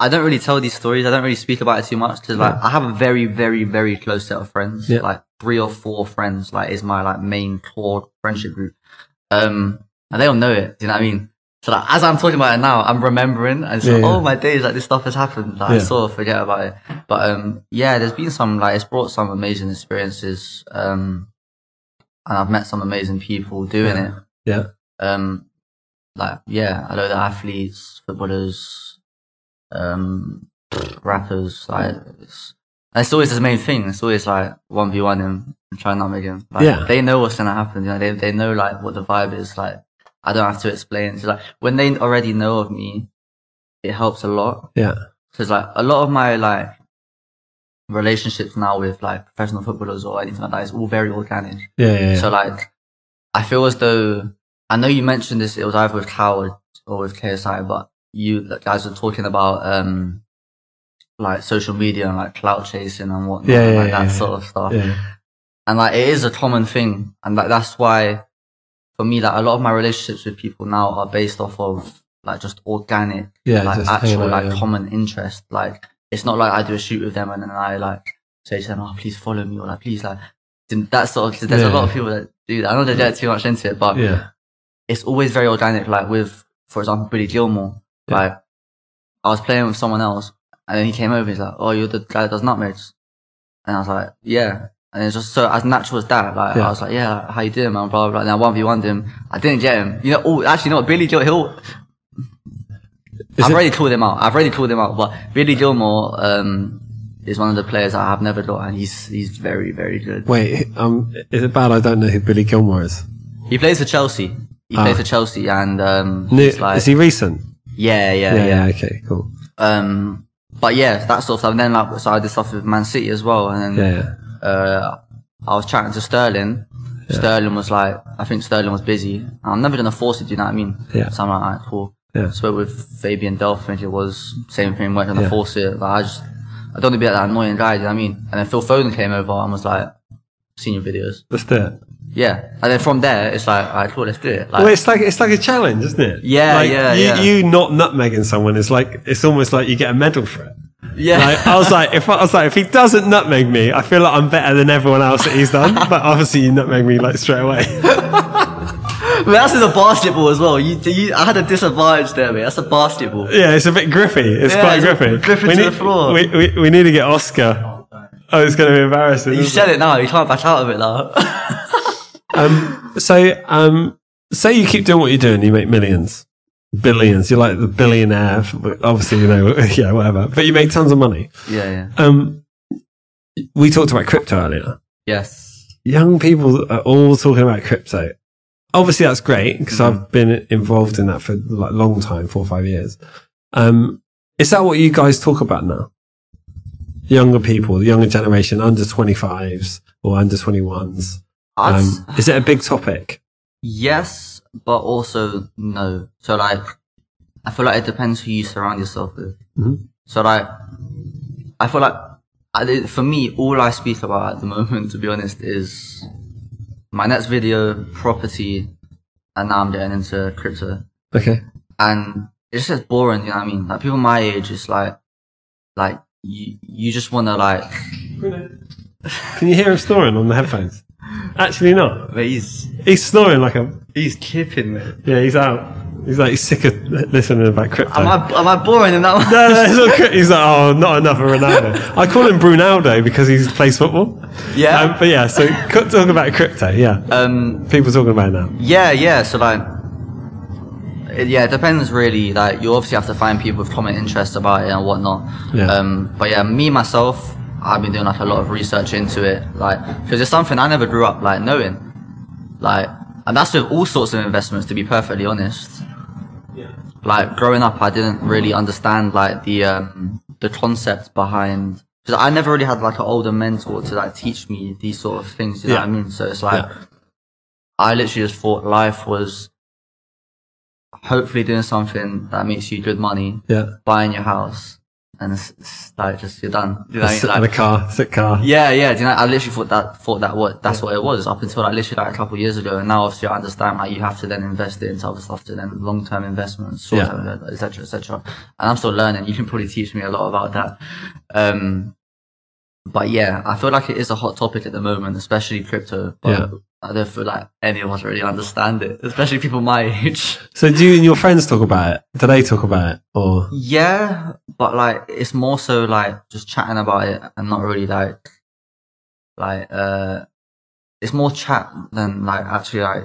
[SPEAKER 2] I don't really tell these stories. I don't really speak about it too much because, like, I have a very, very, very close set of friends.
[SPEAKER 1] Yeah.
[SPEAKER 2] Like, three or four friends. Like, is my like main core friendship group. Um, and they all know it. Do you know what I mean? So, like, as I'm talking about it now, I'm remembering and so,
[SPEAKER 1] Yeah, yeah.
[SPEAKER 2] oh my days, like this stuff has happened. Like, I
[SPEAKER 1] Yeah.
[SPEAKER 2] sort of forget about it. But um, yeah, there's been some like it's brought some amazing experiences. Um, and I've met some amazing people doing it.
[SPEAKER 1] Yeah.
[SPEAKER 2] Um, like yeah, I know the athletes, footballers, um, rappers. Like it's, it's always the main thing. It's always like one v one him and try not make him. Like,
[SPEAKER 1] Yeah.
[SPEAKER 2] they know what's gonna happen. You know, they they know like what the vibe is. Like I don't have to explain. So like when they already know of me, it helps a lot
[SPEAKER 1] Yeah.
[SPEAKER 2] because like a lot of my like relationships now with like professional footballers or anything like that is all very organic.
[SPEAKER 1] Yeah. Yeah. Yeah.
[SPEAKER 2] So like, I feel as though I know you mentioned this. It was either with Coward or with KSI, but you guys were talking about um, like social media and like clout chasing and whatnot,
[SPEAKER 1] Yeah, yeah,
[SPEAKER 2] like
[SPEAKER 1] yeah,
[SPEAKER 2] that
[SPEAKER 1] yeah.
[SPEAKER 2] sort of stuff.
[SPEAKER 1] Yeah.
[SPEAKER 2] And like it is a common thing, and like that's why for me, like a lot of my relationships with people now are based off of like just organic,
[SPEAKER 1] Yeah,
[SPEAKER 2] like
[SPEAKER 1] just hanging
[SPEAKER 2] actual
[SPEAKER 1] out,
[SPEAKER 2] like
[SPEAKER 1] yeah.
[SPEAKER 2] common interest. Like it's not like I do a shoot with them and then I like say to them, "Oh, please follow me," or like, "Please like." That sort of, there's a
[SPEAKER 1] Yeah.
[SPEAKER 2] lot of people that do that. I know they get too much into it, but
[SPEAKER 1] Yeah.
[SPEAKER 2] it's always very organic. Like with, for example, Billy Gilmore.
[SPEAKER 1] Yeah.
[SPEAKER 2] Like I was playing with someone else, and then he came over. He's like, "Oh, you're the guy that does nutmegs," and I was like, "Yeah." And it's just so as natural as that. Like
[SPEAKER 1] Yeah.
[SPEAKER 2] I was like, "Yeah, like, how you doing, man?" Blah blah. blah. And I one v one him. I didn't get him. You know. Oh, actually, you know what? Billy Gil Hill.
[SPEAKER 1] Is
[SPEAKER 2] I've
[SPEAKER 1] it-
[SPEAKER 2] already called him out. I've already called him out. But Billy Gilmore um, is one of the players that I've never got, and he's he's very very good.
[SPEAKER 1] Wait, um, is it bad I don't know who Billy Gilmore is?
[SPEAKER 2] He plays for Chelsea. He
[SPEAKER 1] Ah.
[SPEAKER 2] plays for Chelsea, and um,
[SPEAKER 1] New,
[SPEAKER 2] he's like,
[SPEAKER 1] is he recent?
[SPEAKER 2] yeah,
[SPEAKER 1] Yeah,
[SPEAKER 2] yeah, yeah.
[SPEAKER 1] yeah, okay, cool.
[SPEAKER 2] Um, but yeah, that sort of stuff. And then like, so I did stuff with Man City as well. And
[SPEAKER 1] Yeah,
[SPEAKER 2] then,
[SPEAKER 1] yeah.
[SPEAKER 2] uh, I was chatting to Sterling. Sterling was like, I think Sterling was busy. I'm never going to force it, do you know what I mean?
[SPEAKER 1] Yeah.
[SPEAKER 2] So I'm like, alright, cool.
[SPEAKER 1] Yeah.
[SPEAKER 2] Spoke with Fabian Delph, I think it was, same thing, weren't going to
[SPEAKER 1] Yeah.
[SPEAKER 2] force it. Like, I just, I don't want to be like that annoying guy, do you know what I mean? And then Phil Foden came over and was like, seen your videos.
[SPEAKER 1] Let's do it.
[SPEAKER 2] Yeah. And then from there, it's like, alright, cool, let's do it. Like,
[SPEAKER 1] Well, it's like it's like a challenge, isn't it?
[SPEAKER 2] Yeah,
[SPEAKER 1] like,
[SPEAKER 2] yeah,
[SPEAKER 1] you,
[SPEAKER 2] yeah.
[SPEAKER 1] You not nutmegging someone is like it's almost like you get a medal for it.
[SPEAKER 2] yeah.
[SPEAKER 1] Like, I was like, if I was like, if he doesn't nutmeg me, I feel like I'm better than everyone else that he's done. but obviously, you nutmeg me like straight away.
[SPEAKER 2] *laughs*
[SPEAKER 1] *laughs*
[SPEAKER 2] But that's in a basketball as well. You, you, I had a disadvantage there, mate. That's a basketball.
[SPEAKER 1] Yeah, it's a bit griffy. It's
[SPEAKER 2] Yeah,
[SPEAKER 1] quite
[SPEAKER 2] it's
[SPEAKER 1] griffy.
[SPEAKER 2] griffy
[SPEAKER 1] we
[SPEAKER 2] to
[SPEAKER 1] need,
[SPEAKER 2] the floor.
[SPEAKER 1] We, we, we need to get Oscar. Oh, it's going to be embarrassing.
[SPEAKER 2] You
[SPEAKER 1] isn't
[SPEAKER 2] said it now. You can't back out of it now.
[SPEAKER 1] it? So, um, say you keep doing what you're doing, you make millions, billions. You're like the billionaire. f- Obviously, you know, *laughs* yeah, whatever. But you make tons of money.
[SPEAKER 2] *laughs* yeah, yeah.
[SPEAKER 1] Um, we talked about crypto earlier.
[SPEAKER 2] Yes.
[SPEAKER 1] Young people are all talking about crypto. Obviously, that's great because I've been involved in that for like a long time, four or five years. Um, is that what you guys talk about now? Younger people, the younger generation, under 25s or under 21s.
[SPEAKER 2] I'd, s-
[SPEAKER 1] Um, is it a big topic?
[SPEAKER 2] yes, but also no. So like, I feel like it depends who you surround yourself with.
[SPEAKER 1] Mhm.
[SPEAKER 2] So like, I feel like, I, did- for me, all I speak about at the *laughs* moment, to be honest, is my next video, property, and now I'm getting into crypto.
[SPEAKER 1] Okay.
[SPEAKER 2] and it's just boring. You know what I mean? Like people my age, it's like, like you you just want to like.
[SPEAKER 1] Can you hear him snoring on the headphones? Actually, not.
[SPEAKER 2] But he's
[SPEAKER 1] He's snoring like a.
[SPEAKER 2] he's kipping me.
[SPEAKER 1] Yeah, he's out. He's like, he's sick of listening about crypto.
[SPEAKER 2] Am I am I boring in that one?
[SPEAKER 1] No, no, it's not cr- He's like, oh, not enough of Ronaldo. I call him Brunaldo because he plays football.
[SPEAKER 2] Yeah.
[SPEAKER 1] Um, but yeah, so c- talking about crypto, yeah.
[SPEAKER 2] Um.
[SPEAKER 1] People talking about it now.
[SPEAKER 2] Yeah. Yeah. So like. It, yeah, it depends really. Like you obviously have to find people with common interests about it and whatnot.
[SPEAKER 1] Yeah.
[SPEAKER 2] Um. But yeah, me myself, I've been doing like a lot of research into it, like because it's something I never grew up like knowing, like, and that's with all sorts of investments. To be perfectly honest. like growing up i didn't really understand like the um the concept behind because i never really had like an older mentor to like teach me these sort of things you know
[SPEAKER 1] Yeah.
[SPEAKER 2] what i mean so it's like
[SPEAKER 1] Yeah.
[SPEAKER 2] i literally just thought life was hopefully doing something that makes you good money
[SPEAKER 1] Yeah.
[SPEAKER 2] buying your house and it's, it's like just you're done you know what I mean?
[SPEAKER 1] Sit in
[SPEAKER 2] Like-
[SPEAKER 1] a car, sit car.
[SPEAKER 2] yeah, yeah. Do you know, I literally thought that thought that what that's what it was up until like literally like a couple of years ago, and now obviously I understand like you have to then invest it into other stuff to then long term investments, short term, etc., etc. And I'm still learning. *laughs* You can probably teach me a lot about that. Um, but yeah, I feel like it is a hot topic at the moment, especially crypto. But
[SPEAKER 1] Yeah.
[SPEAKER 2] I don't feel like any of us really understand it, especially people my *laughs* age.
[SPEAKER 1] So do you and your friends talk about it? Do they talk about it? Or
[SPEAKER 2] Yeah, but like it's more so like just chatting about it and not really like like uh it's more chat than like actually like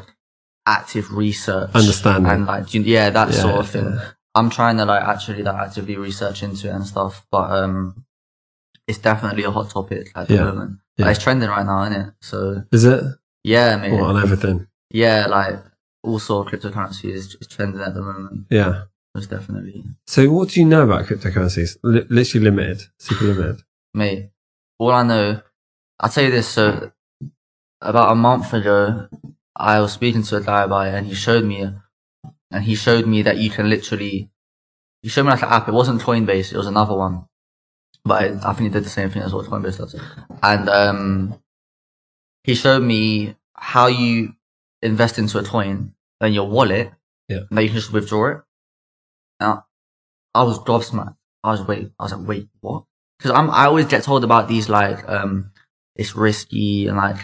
[SPEAKER 2] active research
[SPEAKER 1] Understanding.
[SPEAKER 2] and like you- yeah that
[SPEAKER 1] Yeah,
[SPEAKER 2] sort of thing. I'm trying to like actually like actively research into it and stuff, but um it's definitely a hot topic at the
[SPEAKER 1] Yeah,
[SPEAKER 2] moment.
[SPEAKER 1] yeah.
[SPEAKER 2] Like, it's trending right now, isn't it? So
[SPEAKER 1] is it?
[SPEAKER 2] yeah, mate.
[SPEAKER 1] Or on everything?
[SPEAKER 2] Yeah, like also cryptocurrency is is trending at the moment.
[SPEAKER 1] Yeah.
[SPEAKER 2] Most definitely.
[SPEAKER 1] So what do you know about cryptocurrencies? Li- literally limited, super limited.
[SPEAKER 2] mate, all I know, I'll tell you this. So, about a month ago, I was speaking to a guy about it, and he showed me, and he showed me that you can literally, he showed me like an app. It wasn't Coinbase; it was another one, but it, I think it did the same thing as what Coinbase does. And um, he showed me how you invest into a coin in your wallet,
[SPEAKER 1] Yeah.
[SPEAKER 2] and that you can just withdraw it. Now, I was gobsmacked. I was wait. I was like, wait, what? Because I'm. I always get told about these like um, it's risky and like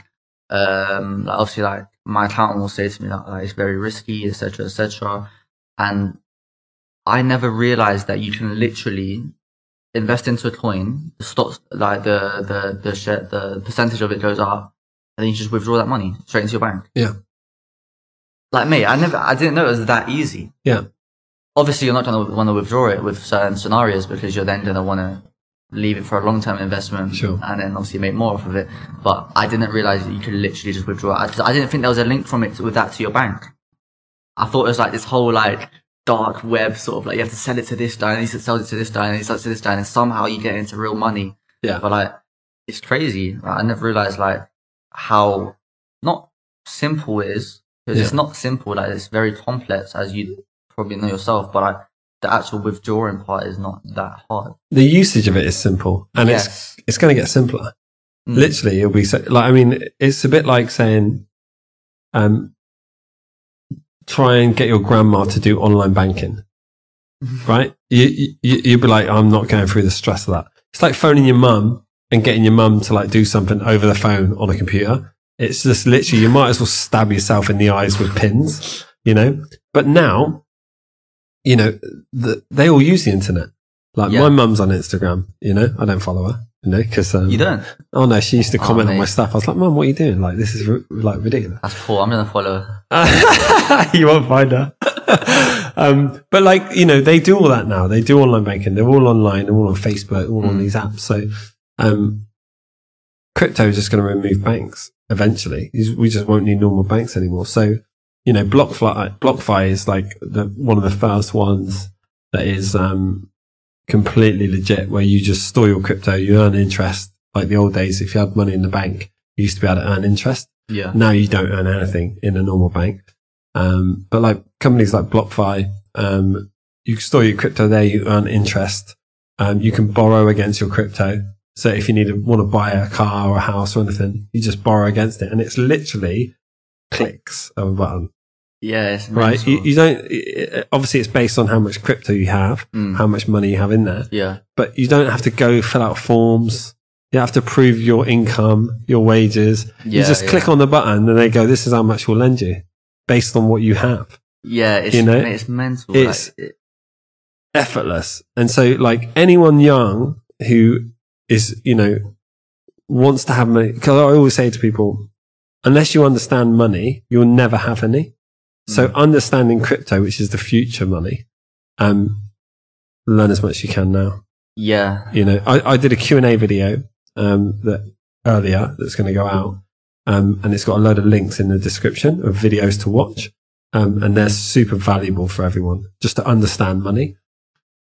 [SPEAKER 2] um, like obviously like my accountant will say to me that like, it's very risky, etc., etc. And I never realized that you can literally invest into a coin, the stocks like the the the share, the percentage of it goes up, and then you just withdraw that money straight into your bank.
[SPEAKER 1] Yeah.
[SPEAKER 2] Like me, I never, I didn't know it was that easy.
[SPEAKER 1] Yeah.
[SPEAKER 2] Obviously, you're not going to want to withdraw it with certain scenarios because you're then going to want to leave it for a long term investment
[SPEAKER 1] Sure.
[SPEAKER 2] and then obviously make more off of it. But I didn't realize that you could literally just withdraw. I, I didn't think there was a link from it to, with that to your bank. I thought it was like this whole like dark web sort of like you have to sell it to this guy and he sells it to this guy and he sells it to this guy and somehow you get into real money.
[SPEAKER 1] Yeah.
[SPEAKER 2] But like, it's crazy. Like, I never realized like how not simple it is because it's not simple. Like it's very complex as you probably know yourself, but like the actual withdrawing part is not that hard.
[SPEAKER 1] The usage of it is simple, and it's
[SPEAKER 2] yes.
[SPEAKER 1] it's going to get simpler.
[SPEAKER 2] Mm.
[SPEAKER 1] Literally, it'll be so, like I mean, it's a bit like saying, um, try and get your grandma to do online banking, right? You, you you'd be like, I'm not going through the stress of that. It's like phoning your mum and getting your mum to like do something over the phone on a computer. It's just literally you might as well stab yourself in the eyes with pins, you know. But now, you know, the, they all use the internet. Like
[SPEAKER 2] Yeah.
[SPEAKER 1] my mum's on Instagram, you know. I don't follow her, you know, because um,
[SPEAKER 2] you don't.
[SPEAKER 1] Oh no, she used to
[SPEAKER 2] Oh,
[SPEAKER 1] comment on
[SPEAKER 2] mate.
[SPEAKER 1] my stuff. I was like, "Mum, what are you doing? Like, this is r- like ridiculous."
[SPEAKER 2] That's cool. I'm gonna follow.
[SPEAKER 1] *laughs* you won't find her. *laughs* um, but like, you know, they do all that now. They do online banking. They're all online. They're all on Facebook. All on
[SPEAKER 2] Mm.
[SPEAKER 1] these apps. So, um, crypto is just going to remove banks eventually. You just- We just won't need normal banks anymore. So, you know, BlockFi, BlockFi is like the, one of the first ones that is um, completely legit, where you just store your crypto, you earn interest. Like the old days, if you had money in the bank, you used to be able to earn interest.
[SPEAKER 2] Yeah.
[SPEAKER 1] Now you don't earn anything in a normal bank. Um, but like companies like BlockFi, um, you store your crypto there, you earn interest. Um, you can borrow against your crypto. So if you need to want to buy a car or a house or anything, you just borrow against it. And it's literally clicks of a button,
[SPEAKER 2] Yeah. It's
[SPEAKER 1] right? You,
[SPEAKER 2] mental.
[SPEAKER 1] you don't, i- i- obviously it's based on how much crypto you have,
[SPEAKER 2] Mm.
[SPEAKER 1] how much money you have in there
[SPEAKER 2] Yeah.
[SPEAKER 1] but you don't have to go fill out forms. You have to prove your income, your wages. you
[SPEAKER 2] Yeah,
[SPEAKER 1] just
[SPEAKER 2] yeah.
[SPEAKER 1] click on the button and they go, this is how much we'll lend you based on what you have.
[SPEAKER 2] Yeah. It's
[SPEAKER 1] You know,
[SPEAKER 2] mate, it's mental.
[SPEAKER 1] it's-
[SPEAKER 2] like, it-
[SPEAKER 1] Effortless. And so like anyone young who is, you know, wants to have money, because I always say to people, unless you understand money, you'll never have any. So
[SPEAKER 2] Hmm.
[SPEAKER 1] understanding crypto, which is the future money, um, learn as much as you can now.
[SPEAKER 2] yeah.
[SPEAKER 1] you know i, I did a q&a video um, that earlier that's going to go out um, and it's got a load of links in the description of videos to watch um, and they're super valuable for everyone just to understand money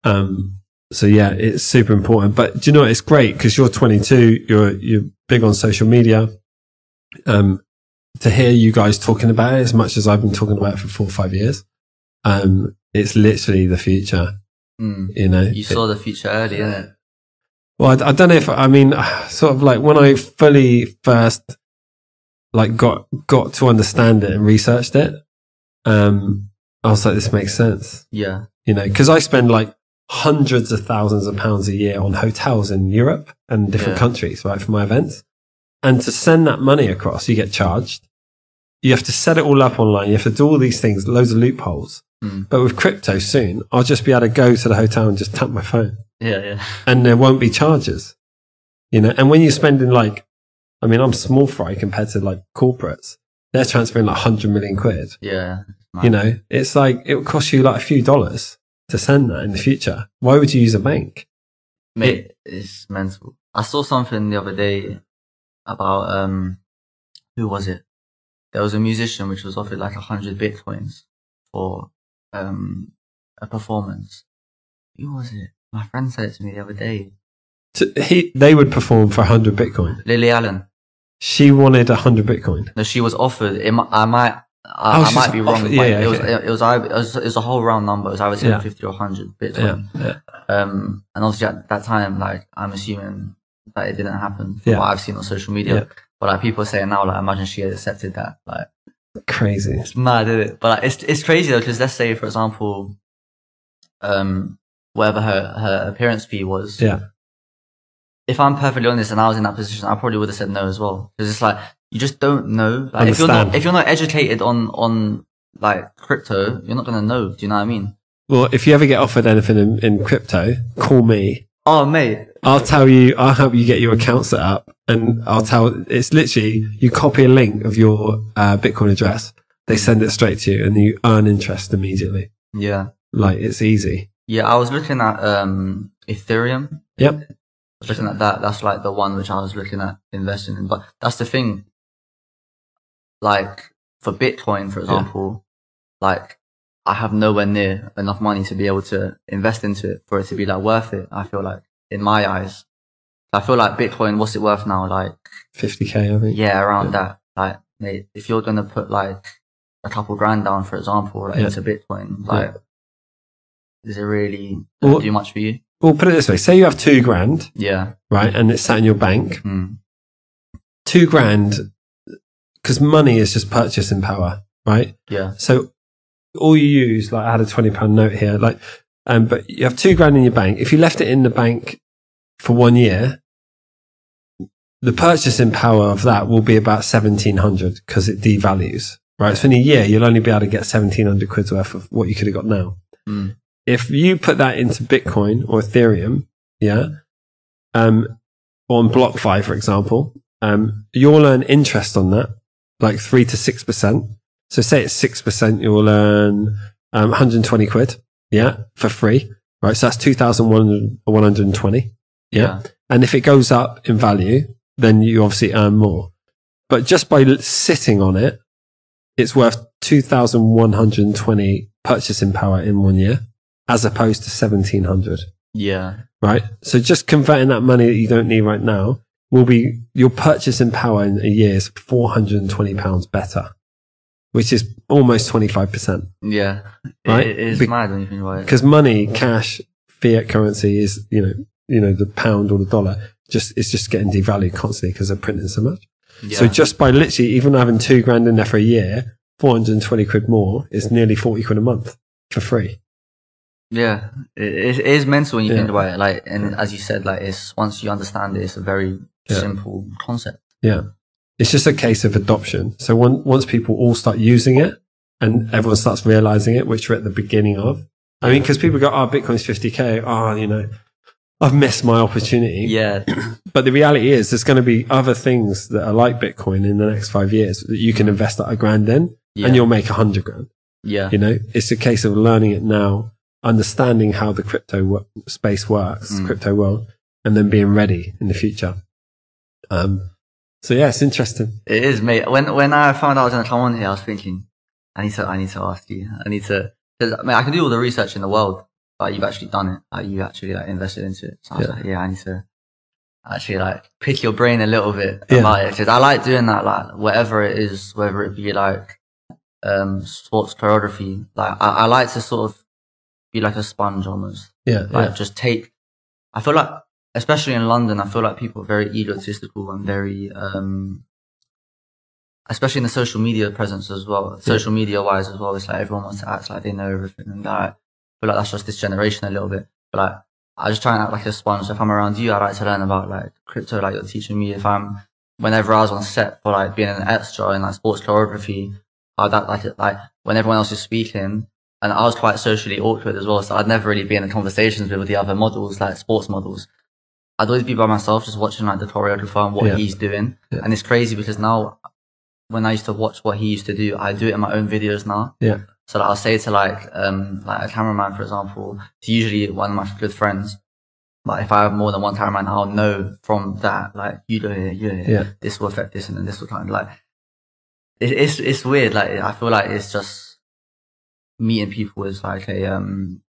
[SPEAKER 1] um, so yeah it's super important but do you know what? it's great because you're 22 you're you're big on social media um, to hear you guys talking about it as much as i've been talking about it for four or five years um, it's literally the future
[SPEAKER 2] Mm.
[SPEAKER 1] you know
[SPEAKER 2] You saw the future early, innit?
[SPEAKER 1] well, I, I don't know if I mean, *sighs* sort of like when I fully first like got got to understand it and researched it, um, I was like, this makes sense,
[SPEAKER 2] Yeah.
[SPEAKER 1] you know, because I spend like hundreds of thousands of pounds a year on hotels in Europe and different
[SPEAKER 2] Yeah.
[SPEAKER 1] countries, right, for my events, and to send that money across, you get charged. You have to set it all up online. You have to do all these things, loads of loopholes.
[SPEAKER 2] Mm.
[SPEAKER 1] But with crypto, soon I'll just be able to go to the hotel and just tap my phone
[SPEAKER 2] Yeah. Yeah.
[SPEAKER 1] and there won't be charges. You know, and when you're spending like, I mean, I'm small fry compared to like corporates. They're transferring like 100 million quid.
[SPEAKER 2] Yeah.
[SPEAKER 1] You know, it's like it will cost you like a few dollars to send that in the future. Why would you use a bank?
[SPEAKER 2] Mate, it's mental. I saw something the other day about um, who was it? There was a musician which was offered like a hundred bitcoins for um a performance. Who was it? My friend said it to me the other day.
[SPEAKER 1] To, he, they would perform for 100 Bitcoin.
[SPEAKER 2] Lily Allen.
[SPEAKER 1] She wanted 100 Bitcoin.
[SPEAKER 2] No, she was offered. It, mi- I might, I,
[SPEAKER 1] Oh,
[SPEAKER 2] I
[SPEAKER 1] she's
[SPEAKER 2] might be wrong.
[SPEAKER 1] offered- yeah,
[SPEAKER 2] but
[SPEAKER 1] yeah,
[SPEAKER 2] it, was,
[SPEAKER 1] okay.
[SPEAKER 2] it, was, either- it was it was a whole round number. It was either
[SPEAKER 1] Yeah.
[SPEAKER 2] 50 or 100 Bitcoin.
[SPEAKER 1] yeah.
[SPEAKER 2] Um, and obviously at that time, like I'm assuming that it didn't happen. From
[SPEAKER 1] Yeah.
[SPEAKER 2] what I've seen on social media,
[SPEAKER 1] Yeah.
[SPEAKER 2] but like people are saying now, like imagine she had accepted that. Like
[SPEAKER 1] Crazy.
[SPEAKER 2] it's mad, isn't it? But like, it's it's crazy though, because let's say for example, um, whatever her her appearance fee was.
[SPEAKER 1] Yeah.
[SPEAKER 2] If I'm perfectly honest, and I was in that position, I probably would have said no as well, because it's like you just don't know. Like, if you're not
[SPEAKER 1] Understand.
[SPEAKER 2] if you're not educated on on like crypto, you're not gonna know. Do you know what I mean?
[SPEAKER 1] Well, if you ever get offered anything in, in crypto, call me.
[SPEAKER 2] Oh mate,
[SPEAKER 1] I'll tell you, I'll help you get your account set up. And I'll tell, it's literally, you copy a link of your uh, Bitcoin address. They send it straight to you and you earn interest immediately.
[SPEAKER 2] yeah.
[SPEAKER 1] Like it's easy.
[SPEAKER 2] Yeah, I was looking at um Ethereum.
[SPEAKER 1] Yep.
[SPEAKER 2] I was looking at that. That's like the one which I was looking at investing in. But that's the thing. Like for Bitcoin, for example, like I have nowhere near enough money to be able to invest into it for it to be like worth it. I feel like in my eyes, I feel like Bitcoin. What's it worth now? Like
[SPEAKER 1] 50K, I think.
[SPEAKER 2] yeah, around
[SPEAKER 1] Yeah.
[SPEAKER 2] that. Like, mate, if you're gonna put like a couple grand down, for example, like,
[SPEAKER 1] Yeah.
[SPEAKER 2] into Bitcoin, like, does it really
[SPEAKER 1] Well-
[SPEAKER 2] do much for you?
[SPEAKER 1] Well, put it this way. Say you have two grand,
[SPEAKER 2] Yeah.
[SPEAKER 1] right? And it's sat in your bank.
[SPEAKER 2] Mm.
[SPEAKER 1] Two grand, because money is just purchasing power, right?
[SPEAKER 2] Yeah.
[SPEAKER 1] So all you use, like I had a twenty pound note here, like, um, but you have two grand in your bank. If you left it in the bank for one year, the purchasing power of that will be about seventeen hundred because it devalues. Right, so in a year you'll only be able to get seventeen hundred quid's worth of what you could have got now.
[SPEAKER 2] Mm.
[SPEAKER 1] If you put that into Bitcoin or Ethereum, yeah, um, on BlockFi for example, um, you'll earn interest on that, like three to six percent. So say it's six percent, you'll earn um, 120 quid, yeah, for free, right? So that's 2,120, yeah. And if it goes up in value, then you obviously earn more. But just by l- sitting on it, it's worth 2,120 purchasing power in one year, as opposed to 1,700,
[SPEAKER 2] Yeah.
[SPEAKER 1] right? So just converting that money that you don't need right now will be your purchasing power in a year is 420 pounds better, which is almost 25 percent
[SPEAKER 2] Yeah.
[SPEAKER 1] Right?
[SPEAKER 2] It, it is
[SPEAKER 1] Be-
[SPEAKER 2] mad when you think about it.
[SPEAKER 1] because money, cash, fiat currency is you know you know the pound or the dollar just it's just getting devalued constantly because they're printing so much.
[SPEAKER 2] Yeah.
[SPEAKER 1] So just by literally even having two grand in there for a year, four hundred and twenty quid more is nearly forty quid a month for free.
[SPEAKER 2] yeah. It, it it is mental when you think
[SPEAKER 1] Yeah.
[SPEAKER 2] about it. Like, and as you said, like, it's once you understand it, it's a very
[SPEAKER 1] Yeah.
[SPEAKER 2] simple concept.
[SPEAKER 1] Yeah, it's just a case of adoption. So on, once people all start using it and everyone starts realizing it, which we're at the beginning of. I mean, because people go, "Oh, Bitcoin's fifty k. Oh, you know, I've missed my opportunity."
[SPEAKER 2] Yeah.
[SPEAKER 1] But the reality is, there's going to be other things that are like Bitcoin in the next five years that you can invest at a grand in,
[SPEAKER 2] Yeah.
[SPEAKER 1] and you'll make a hundred grand.
[SPEAKER 2] yeah.
[SPEAKER 1] You know, it's a case of learning it now, understanding how the crypto wo- space works,
[SPEAKER 2] Mm.
[SPEAKER 1] crypto world, and then being ready in the future. Um, so yeah, it's interesting.
[SPEAKER 2] It is, mate. When when I found out I was gonna come on here, I was thinking, I need to, I need to ask you. I need to, because I mean, I can do all the research in the world, but you've actually done it. Like you actually like invested into it. So I was
[SPEAKER 1] Yeah.
[SPEAKER 2] like, yeah, I need to actually like pick your brain a little bit
[SPEAKER 1] Yeah.
[SPEAKER 2] about it because I like doing that. Like whatever it is, whether it be like um sports choreography, like I, I like to sort of be like a sponge almost
[SPEAKER 1] Yeah,
[SPEAKER 2] like
[SPEAKER 1] yeah,
[SPEAKER 2] just take i feel like especially in london i feel like people are very egotistical and very um especially in the social media presence as well social media wise as well it's like everyone wants to act like they know everything and that I feel like that's just this generation a little bit but like i just try and act like a sponge if i'm around you i like to learn about like crypto like you're teaching me if i'm whenever i was on set for like being an extra in like sports choreography i'd act like it like when everyone else is speaking and I was quite socially awkward as well, so I'd never really be in the conversations with the other models, like sports models. I'd always be by myself, just watching like the choreographer and what
[SPEAKER 1] Yeah.
[SPEAKER 2] he's doing.
[SPEAKER 1] Yeah.
[SPEAKER 2] And it's crazy because now, when I used to watch what he used to do, I do it in my own videos now.
[SPEAKER 1] yeah,
[SPEAKER 2] So like, I'll say to like um like a cameraman, for example, it's usually one of my good friends. But if I have more than one cameraman, I'll know from that, like you do here, you do here.
[SPEAKER 1] Yeah.
[SPEAKER 2] This will affect this, and then this will kind of like. It, it's it's weird. Like I feel like it's just meeting people is like a um,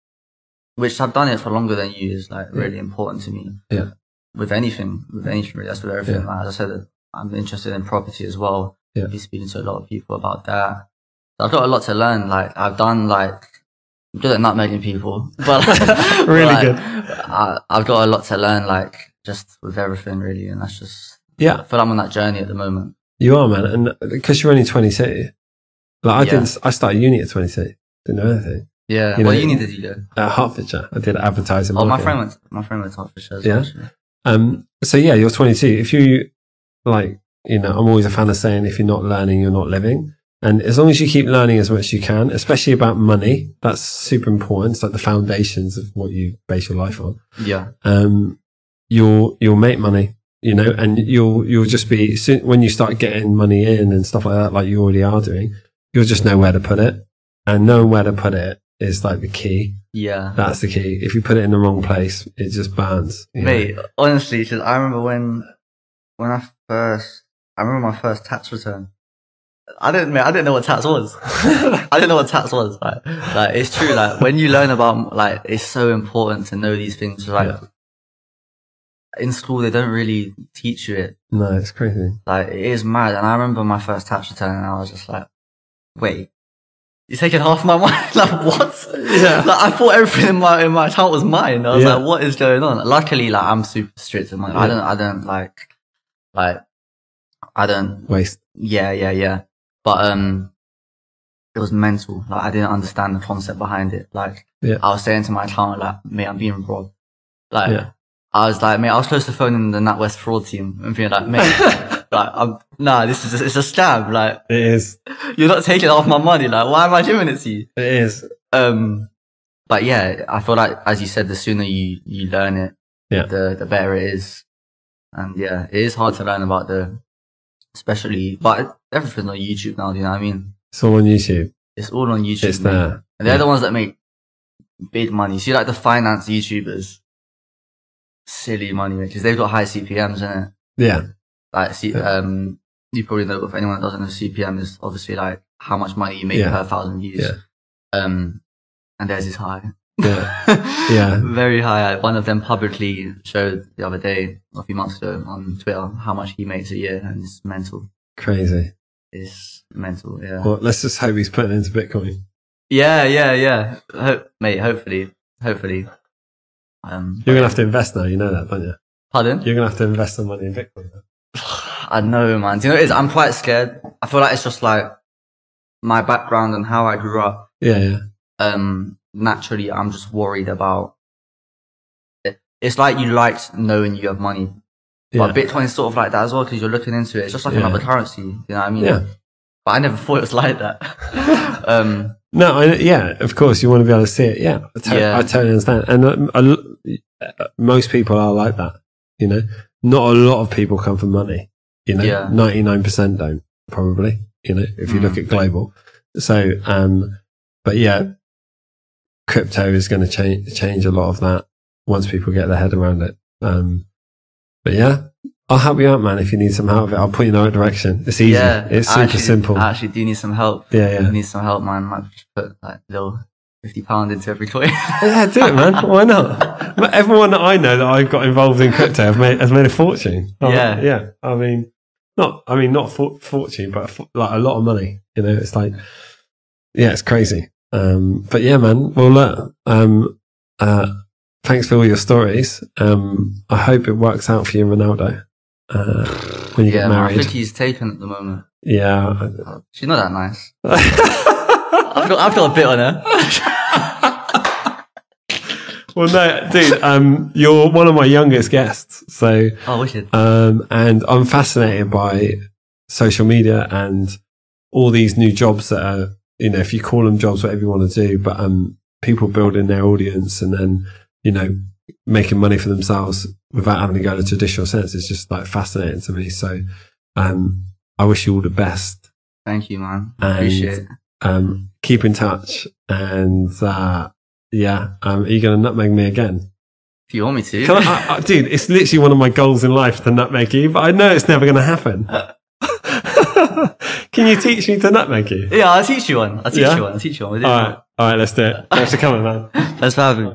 [SPEAKER 2] which I've done it for longer than you is like really important to me.
[SPEAKER 1] Yeah.
[SPEAKER 2] With anything, with anything, really. that's with everything.
[SPEAKER 1] Yeah.
[SPEAKER 2] Like, as I said, I'm interested in property as well.
[SPEAKER 1] Yeah.
[SPEAKER 2] I've been speaking to a lot of people about that. I've got a lot to learn. Like I've done like I'm good at not making people, *laughs*
[SPEAKER 1] *laughs*
[SPEAKER 2] but
[SPEAKER 1] Really
[SPEAKER 2] like,
[SPEAKER 1] good.
[SPEAKER 2] I, I've got a lot to learn. Like just with everything really, and that's just
[SPEAKER 1] Yeah,
[SPEAKER 2] I feel I'm on that journey at the moment.
[SPEAKER 1] you are, man. And because you're only 22, like I
[SPEAKER 2] Yeah.
[SPEAKER 1] didn't, I started uni at 22, didn't know anything.
[SPEAKER 2] Yeah.
[SPEAKER 1] You
[SPEAKER 2] what
[SPEAKER 1] know-
[SPEAKER 2] uni did you go?
[SPEAKER 1] Uh, Hertfordshire, I did advertising.
[SPEAKER 2] Oh, my
[SPEAKER 1] marketing.
[SPEAKER 2] friend went. My friend went to Hertfordshire. as
[SPEAKER 1] Yeah?
[SPEAKER 2] well, actually.
[SPEAKER 1] Um, so yeah, you're 22. If you like, you know, I'm always a fan of saying if you're not learning, you're not living. And as long as you keep learning as much as you can, especially about money, that's super important. It's like the foundations of what you base your life on.
[SPEAKER 2] Yeah.
[SPEAKER 1] Um, you'll you'll make money, you know, and you'll you'll just be soon, when you start getting money in and stuff like that, like you already are doing. You'll just know where to put it, and knowing where to put it is like the key.
[SPEAKER 2] Yeah.
[SPEAKER 1] That's the key. If you put it in the wrong place, it just burns. you know. *laughs*
[SPEAKER 2] Mate, honestly, 'cause I remember when when I first I remember my first tax return. I didn't mate, I didn't know what tax was. I didn't know what tax was. Like, like it's true. Like when you learn about like it's so important to know these things. Like
[SPEAKER 1] Yeah.
[SPEAKER 2] in school, they don't really teach you it.
[SPEAKER 1] No, it's crazy.
[SPEAKER 2] Like it is mad. And I remember my first tax return, and I was just like, wait. You're taking half my *laughs* money? like what?
[SPEAKER 1] Yeah.
[SPEAKER 2] Like I thought everything in my in my account was mine. I was
[SPEAKER 1] Yeah.
[SPEAKER 2] like, what is going on? Luckily, like I'm super strict with my
[SPEAKER 1] Yeah.
[SPEAKER 2] I don't I don't like like I don't
[SPEAKER 1] Waste.
[SPEAKER 2] yeah, yeah, yeah. But um it was mental. Like I didn't understand the concept behind it. Like
[SPEAKER 1] Yeah.
[SPEAKER 2] I was saying to my accountant, like, mate, I'm being robbed. Like
[SPEAKER 1] Yeah.
[SPEAKER 2] I was like, mate, I was close to phoning the NatWest fraud team and being like,
[SPEAKER 1] *laughs*
[SPEAKER 2] mate, like, I'm, nah, this is, it's a scam. Like,
[SPEAKER 1] It is.
[SPEAKER 2] you're not taking off my money. Like, why am I giving it to you?
[SPEAKER 1] It is.
[SPEAKER 2] Um, but yeah, I feel like, as you said, the sooner you, you learn it,
[SPEAKER 1] Yeah.
[SPEAKER 2] the, the better it is. And yeah, it is hard to learn about the, especially, but everything's on YouTube now, do you know what I mean?
[SPEAKER 1] It's all on YouTube.
[SPEAKER 2] It's all on YouTube.
[SPEAKER 1] It's
[SPEAKER 2] mate.
[SPEAKER 1] there.
[SPEAKER 2] And they're the ones that make big money. See, like the finance YouTubers, silly money, because they've got high CPMs in it.
[SPEAKER 1] Yeah.
[SPEAKER 2] Like, see,
[SPEAKER 1] Yeah.
[SPEAKER 2] um, you probably know if anyone that doesn't know CPM is obviously like how much money you make
[SPEAKER 1] Yeah.
[SPEAKER 2] per thousand views.
[SPEAKER 1] Yeah.
[SPEAKER 2] Um, and theirs is high.
[SPEAKER 1] Yeah. *laughs* Yeah.
[SPEAKER 2] *laughs* Very high. One of them publicly showed the other day, a few months ago on Twitter, how much he makes a year and it's mental.
[SPEAKER 1] Crazy.
[SPEAKER 2] It's mental. Yeah.
[SPEAKER 1] Well, let's just hope he's putting it into Bitcoin.
[SPEAKER 2] Yeah. Yeah. Yeah. Ho- mate, hopefully, hopefully. Um,
[SPEAKER 1] You're going to have to invest now. You know that, don't you?
[SPEAKER 2] pardon?
[SPEAKER 1] You're going to have to invest some money in Bitcoin. now.
[SPEAKER 2] I know, man. Do you know what it is? I'm quite scared. I feel like it's just like my background and how I grew up.
[SPEAKER 1] Yeah. Yeah.
[SPEAKER 2] um naturally I'm just worried about it- it's like you liked knowing you have money.
[SPEAKER 1] Yeah.
[SPEAKER 2] But Bitcoin is sort of like that as well because you're looking into it. It's just like
[SPEAKER 1] Yeah.
[SPEAKER 2] another currency, you know what I mean?
[SPEAKER 1] Yeah.
[SPEAKER 2] But I never thought it was
[SPEAKER 1] *laughs*
[SPEAKER 2] like that. um
[SPEAKER 1] No, I, yeah, of course, you want to be able to see it. Yeah, I, to-
[SPEAKER 2] Yeah.
[SPEAKER 1] I totally understand. And um, a l- uh, most people are like that, you know. Not a lot of people come from money, you know.
[SPEAKER 2] Yeah.
[SPEAKER 1] Ninety-nine percent don't, probably, you know, if you look
[SPEAKER 2] Mm.
[SPEAKER 1] at global. So, um, but yeah, crypto is going to change change a lot of that once people get their head around it. Um, but yeah, I'll help you out, man. If you need some help with it, I'll put you in the right direction. It's easy.
[SPEAKER 2] yeah.
[SPEAKER 1] it's
[SPEAKER 2] I
[SPEAKER 1] super
[SPEAKER 2] actually-
[SPEAKER 1] simple.
[SPEAKER 2] I actually do need some help.
[SPEAKER 1] Yeah, yeah.
[SPEAKER 2] I need some help, man. I might just put like little fifty pound into every coin.
[SPEAKER 1] Yeah, do it, man. Why not? But everyone that I know that I've got involved in crypto have made, has made a fortune. Oh,
[SPEAKER 2] Yeah.
[SPEAKER 1] yeah. I mean, not. I mean, not for, fortune, but for, like a lot of money. You know, it's like, yeah, it's crazy. Um, but yeah, man. Well, look. Um, uh, thanks for all your stories. Um, I hope it works out for you, and Ronaldo, uh, when you
[SPEAKER 2] yeah,
[SPEAKER 1] get
[SPEAKER 2] man, I
[SPEAKER 1] married.
[SPEAKER 2] think he's taken at
[SPEAKER 1] *laughs*
[SPEAKER 2] the moment.
[SPEAKER 1] yeah.
[SPEAKER 2] She's not
[SPEAKER 1] *laughs*
[SPEAKER 2] that nice. I've got I've got a bit on her.
[SPEAKER 1] Well, no, dude. Um, you're one of my youngest guests, so.
[SPEAKER 2] oh wicked.
[SPEAKER 1] Um, and I'm fascinated by social media and all these new jobs that are, you know, if you call them jobs, whatever you want to do, but um, people building their audience and then, you know, making money for themselves without having to go to traditional sense is just like fascinating to me. So um, I wish you all the best.
[SPEAKER 2] Thank you, man.
[SPEAKER 1] And-
[SPEAKER 2] Appreciate it.
[SPEAKER 1] Um, keep in touch. And uh, yeah, um, are you going to nutmeg me again?
[SPEAKER 2] If you want me to.
[SPEAKER 1] Can I, I, I- dude, it's literally one of my goals in life to nutmeg you, but I know it's never going to happen. Can you teach me to nutmeg you?
[SPEAKER 2] yeah, I'll teach you one. I'll teach
[SPEAKER 1] Yeah?
[SPEAKER 2] you one. I'll teach you one. We'll do
[SPEAKER 1] All
[SPEAKER 2] it.
[SPEAKER 1] right, all right, let's do it. Thanks for coming, man.
[SPEAKER 2] Thanks for having me.